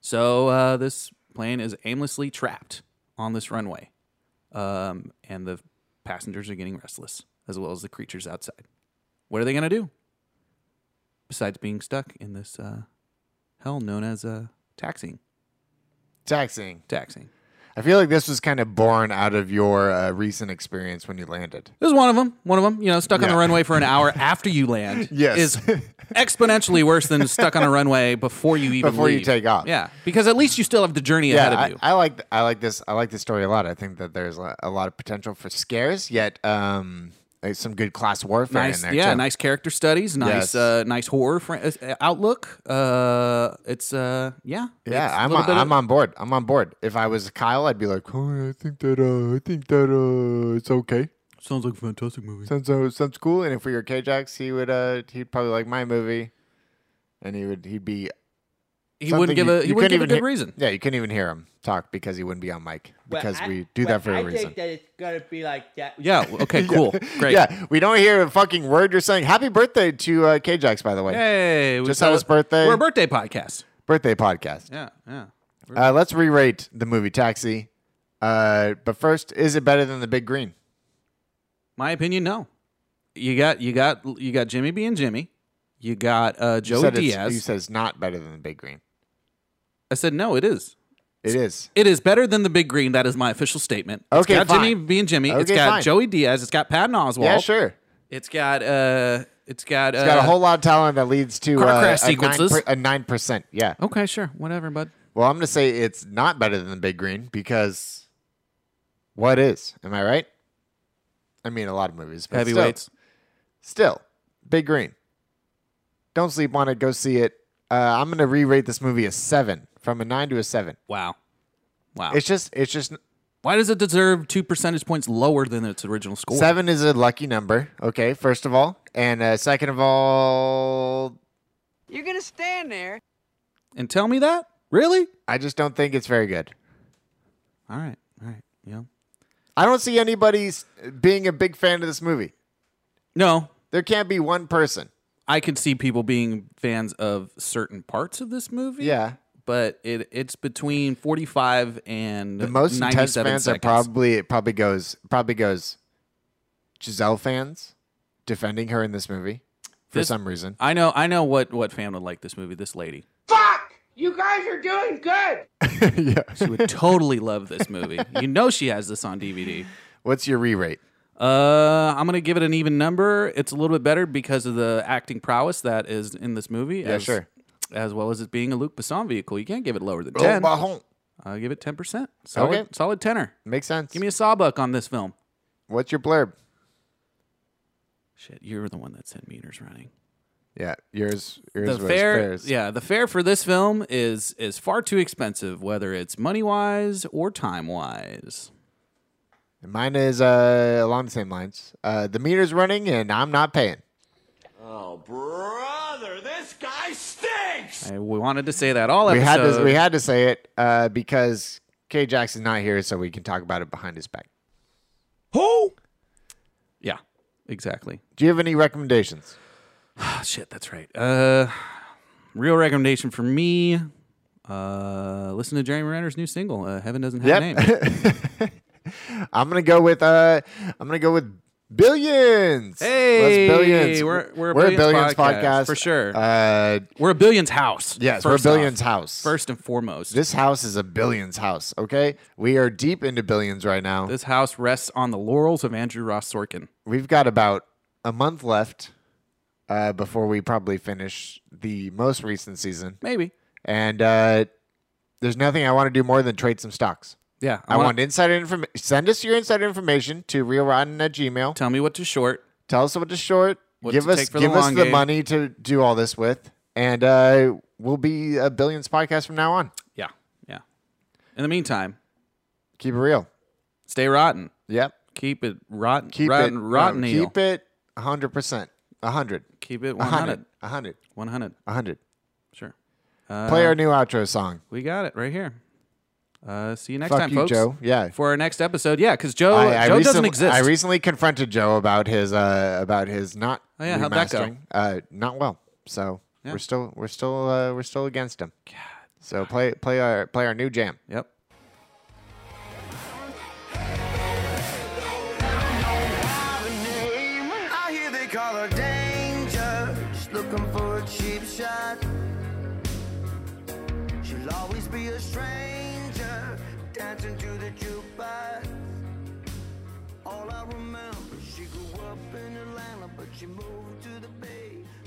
Speaker 1: So uh, this plane is aimlessly trapped on this runway, um, and the passengers are getting restless, as well as the creatures outside. What are they gonna do? Besides being stuck in this uh, hell known as uh, taxiing,
Speaker 2: Taxing.
Speaker 1: taxiing.
Speaker 2: I feel like this was kind of born out of your uh, recent experience when you landed.
Speaker 1: This is one of them. One of them. You know, stuck on the
Speaker 2: Yeah.
Speaker 1: runway for an
Speaker 2: (laughs)
Speaker 1: hour after you land
Speaker 2: Yes.
Speaker 1: is exponentially worse than stuck on a runway before you even
Speaker 2: Before you
Speaker 1: leave.
Speaker 2: take off.
Speaker 1: Yeah, because at least you still have the journey
Speaker 2: Yeah,
Speaker 1: ahead of
Speaker 2: I,
Speaker 1: you.
Speaker 2: I like th- I like this I like this story a lot. I think that there's a a lot of potential for scares, yet um, there's some good class warfare
Speaker 1: nice,
Speaker 2: in there.
Speaker 1: yeah,
Speaker 2: too.
Speaker 1: nice character studies, nice,
Speaker 2: Yes.
Speaker 1: uh, nice horror fr- uh, outlook. Uh, it's uh, yeah,
Speaker 2: Yeah,
Speaker 1: it's a
Speaker 2: I'm
Speaker 1: little
Speaker 2: on,
Speaker 1: bit of-
Speaker 2: I'm on board. I'm on board. If I was Kyle, I'd be like, oh, I think that uh, I think that uh, it's okay.
Speaker 1: Sounds like a fantastic movie.
Speaker 2: Sounds uh, sounds cool. And if we were K-Jax, he would uh, he'd probably like my movie, and he would he'd be.
Speaker 1: He wouldn't
Speaker 2: something
Speaker 1: give
Speaker 2: you-
Speaker 1: a- he
Speaker 2: you
Speaker 1: wouldn't
Speaker 2: couldn't
Speaker 1: give a
Speaker 2: even
Speaker 1: good
Speaker 2: hear-
Speaker 1: reason.
Speaker 2: Yeah, you couldn't even hear him talk because he wouldn't be on mic
Speaker 13: Well,
Speaker 2: because
Speaker 13: I-
Speaker 2: we do
Speaker 13: well,
Speaker 2: that for
Speaker 13: I
Speaker 2: a reason.
Speaker 13: think that it's gonna be like that.
Speaker 1: Yeah.
Speaker 2: (laughs)
Speaker 1: Okay. Cool. Great.
Speaker 2: Yeah, we don't hear a fucking word you're saying. Happy birthday to uh, K-Jax, by the way.
Speaker 1: Hey, we
Speaker 2: just had his
Speaker 1: cele-
Speaker 2: birthday.
Speaker 1: We're a birthday podcast.
Speaker 2: birthday podcast.
Speaker 1: Yeah. Yeah.
Speaker 2: Uh, let's re-rate the movie Taxi. Uh, but first, is it better than The Big Green?
Speaker 1: My opinion, no. You got you got you got Jimmy being Jimmy. You got uh,
Speaker 2: You
Speaker 1: Joe
Speaker 2: said it's-
Speaker 1: Diaz.
Speaker 2: You said it's not better than The Big Green.
Speaker 1: I said no. It is.
Speaker 2: It is.
Speaker 1: It is better than the Big Green. That is my official statement. It's
Speaker 2: Okay,
Speaker 1: got Jimmy
Speaker 2: fine.
Speaker 1: being Jimmy. it's
Speaker 2: Okay,
Speaker 1: got
Speaker 2: fine.
Speaker 1: Joey Diaz. It's got Patton Oswalt.
Speaker 2: Yeah, sure.
Speaker 1: It's got uh. It's got
Speaker 2: It's
Speaker 1: uh,
Speaker 2: got a whole lot of talent that leads to
Speaker 1: car
Speaker 2: uh,
Speaker 1: crash
Speaker 2: a
Speaker 1: sequences.
Speaker 2: Nine per, a nine percent. Yeah.
Speaker 1: Okay, sure, whatever, bud.
Speaker 2: Well, I'm gonna say it's not better than The Big Green because what is? Am I right? I mean, a lot of movies. But still.
Speaker 1: Heavyweights.
Speaker 2: Still, Big Green. Don't sleep on it. Go see it. Uh, I'm gonna re-rate this movie a seven from a nine to a seven.
Speaker 1: Wow. Wow.
Speaker 2: It's just, it's just
Speaker 1: Why does it deserve two percentage points lower than its original score?
Speaker 2: Seven is a lucky number. Okay, first of all, and uh, second of all,
Speaker 10: You're gonna stand there.
Speaker 1: And tell me that? Really?
Speaker 2: I just don't think it's very good.
Speaker 1: All right. All right. Yeah.
Speaker 2: I don't see anybody s- being a big fan of this movie.
Speaker 1: No.
Speaker 2: There can't be one person.
Speaker 1: I could see people being fans of certain parts of this movie.
Speaker 2: Yeah.
Speaker 1: But it it's between forty five and
Speaker 2: The most intense
Speaker 1: 97
Speaker 2: fans are
Speaker 1: seconds.
Speaker 2: probably it probably goes probably goes Giselle fans defending her in this movie for
Speaker 1: This-
Speaker 2: some
Speaker 1: (laughs)
Speaker 2: reason. (laughs)
Speaker 1: I know I know what, what fan would like this movie, this lady.
Speaker 14: You guys are doing good.
Speaker 1: She would (laughs) totally love this movie. You know she has this on DVD.
Speaker 2: What's your re-rate?
Speaker 1: Uh, I'm gonna give it an even number. It's a little bit better because of the acting prowess that is in this movie.
Speaker 2: Yeah,
Speaker 1: as,
Speaker 2: sure.
Speaker 1: As well as it being a Luke Besson vehicle, you can't give it lower than
Speaker 2: Oh,
Speaker 1: ten.
Speaker 2: my home.
Speaker 1: I'll give it ten percent. Solid,
Speaker 2: Okay.
Speaker 1: solid tenor.
Speaker 2: Makes sense.
Speaker 1: Give me a sawbuck on this film.
Speaker 2: What's your blurb?
Speaker 1: Shit, you're the one that said meters running.
Speaker 2: Yeah, yours yours
Speaker 1: the
Speaker 2: was
Speaker 1: fare,
Speaker 2: fairs.
Speaker 1: yeah, the fare for this film is is far too expensive, whether it's money wise or time wise.
Speaker 2: Mine is uh, along the same lines. Uh, the meter's running and I'm not paying.
Speaker 4: Oh, brother, this guy stinks!
Speaker 1: I, we wanted to say that all
Speaker 2: we had
Speaker 1: episode.
Speaker 2: to we had to say it uh, because K Jackson's not here, so we can talk about it behind his back.
Speaker 1: Who? Yeah, exactly.
Speaker 2: Do you have any recommendations?
Speaker 1: Shit, that's right. Uh, real recommendation for me. Uh, listen to Jerry Marander's new
Speaker 2: (laughs)
Speaker 1: single, uh, "Heaven Doesn't Have a Name."
Speaker 2: I'm gonna go with uh, I'm gonna go with Billions.
Speaker 1: Hey,
Speaker 2: Let's billions.
Speaker 1: We're, we're, a,
Speaker 2: We're
Speaker 1: billions
Speaker 2: a billions podcast,
Speaker 1: for sure.
Speaker 2: Uh,
Speaker 1: we're a billions house.
Speaker 2: (laughs) Yes, we're a
Speaker 1: first off.
Speaker 2: billions house.
Speaker 1: First and foremost,
Speaker 2: This house is a billions house. Okay, we are deep into billions right now.
Speaker 1: this house rests on the laurels of Andrew Ross Sorkin.
Speaker 2: We've got about a month left uh, before we probably finish the most recent season.
Speaker 1: Maybe.
Speaker 2: And uh, there's nothing I want to do more than trade some stocks.
Speaker 1: Yeah,
Speaker 2: I, want insider information. Send us your insider information to realrotten at Gmail.
Speaker 1: Tell me what to short.
Speaker 2: Tell us what to short.
Speaker 1: What
Speaker 2: give
Speaker 1: to
Speaker 2: us
Speaker 1: take for the
Speaker 2: give us
Speaker 1: long
Speaker 2: the
Speaker 1: game.
Speaker 2: money to do all this with, and uh, we'll be a billions podcast from now on.
Speaker 1: Yeah, yeah. In the meantime,
Speaker 2: Keep it real.
Speaker 1: stay rotten.
Speaker 2: Yep.
Speaker 1: Keep it rotten.
Speaker 2: Keep
Speaker 1: rotten,
Speaker 2: it
Speaker 1: rotten.
Speaker 2: no, Keep it hundred percent. hundred.
Speaker 1: Keep it
Speaker 2: A
Speaker 1: 100.
Speaker 2: 100.
Speaker 1: 100.
Speaker 2: hundred.
Speaker 1: Sure.
Speaker 2: Play
Speaker 1: Uh,
Speaker 2: our new outro song.
Speaker 1: We got it right here. Uh, see you next
Speaker 2: Fuck
Speaker 1: time,
Speaker 2: you,
Speaker 1: folks.
Speaker 2: Joe. Yeah.
Speaker 1: For our next episode, yeah, because Joe
Speaker 2: I, I
Speaker 1: Joe doesn't
Speaker 2: recently-
Speaker 1: exist.
Speaker 2: I recently confronted Joe about his uh, about his not
Speaker 1: Oh, yeah, how'd that go?
Speaker 2: remastering. Uh, not well. So
Speaker 1: Yeah.
Speaker 2: we're still we're still uh, we're still against him. So play play our play our new jam.
Speaker 1: Yep.
Speaker 7: I hear they call her danger. She's looking for a cheap shot. She'll always be a stranger, dancing to the jukebox. All I remember, she grew up in Atlanta, but she moved to the Bay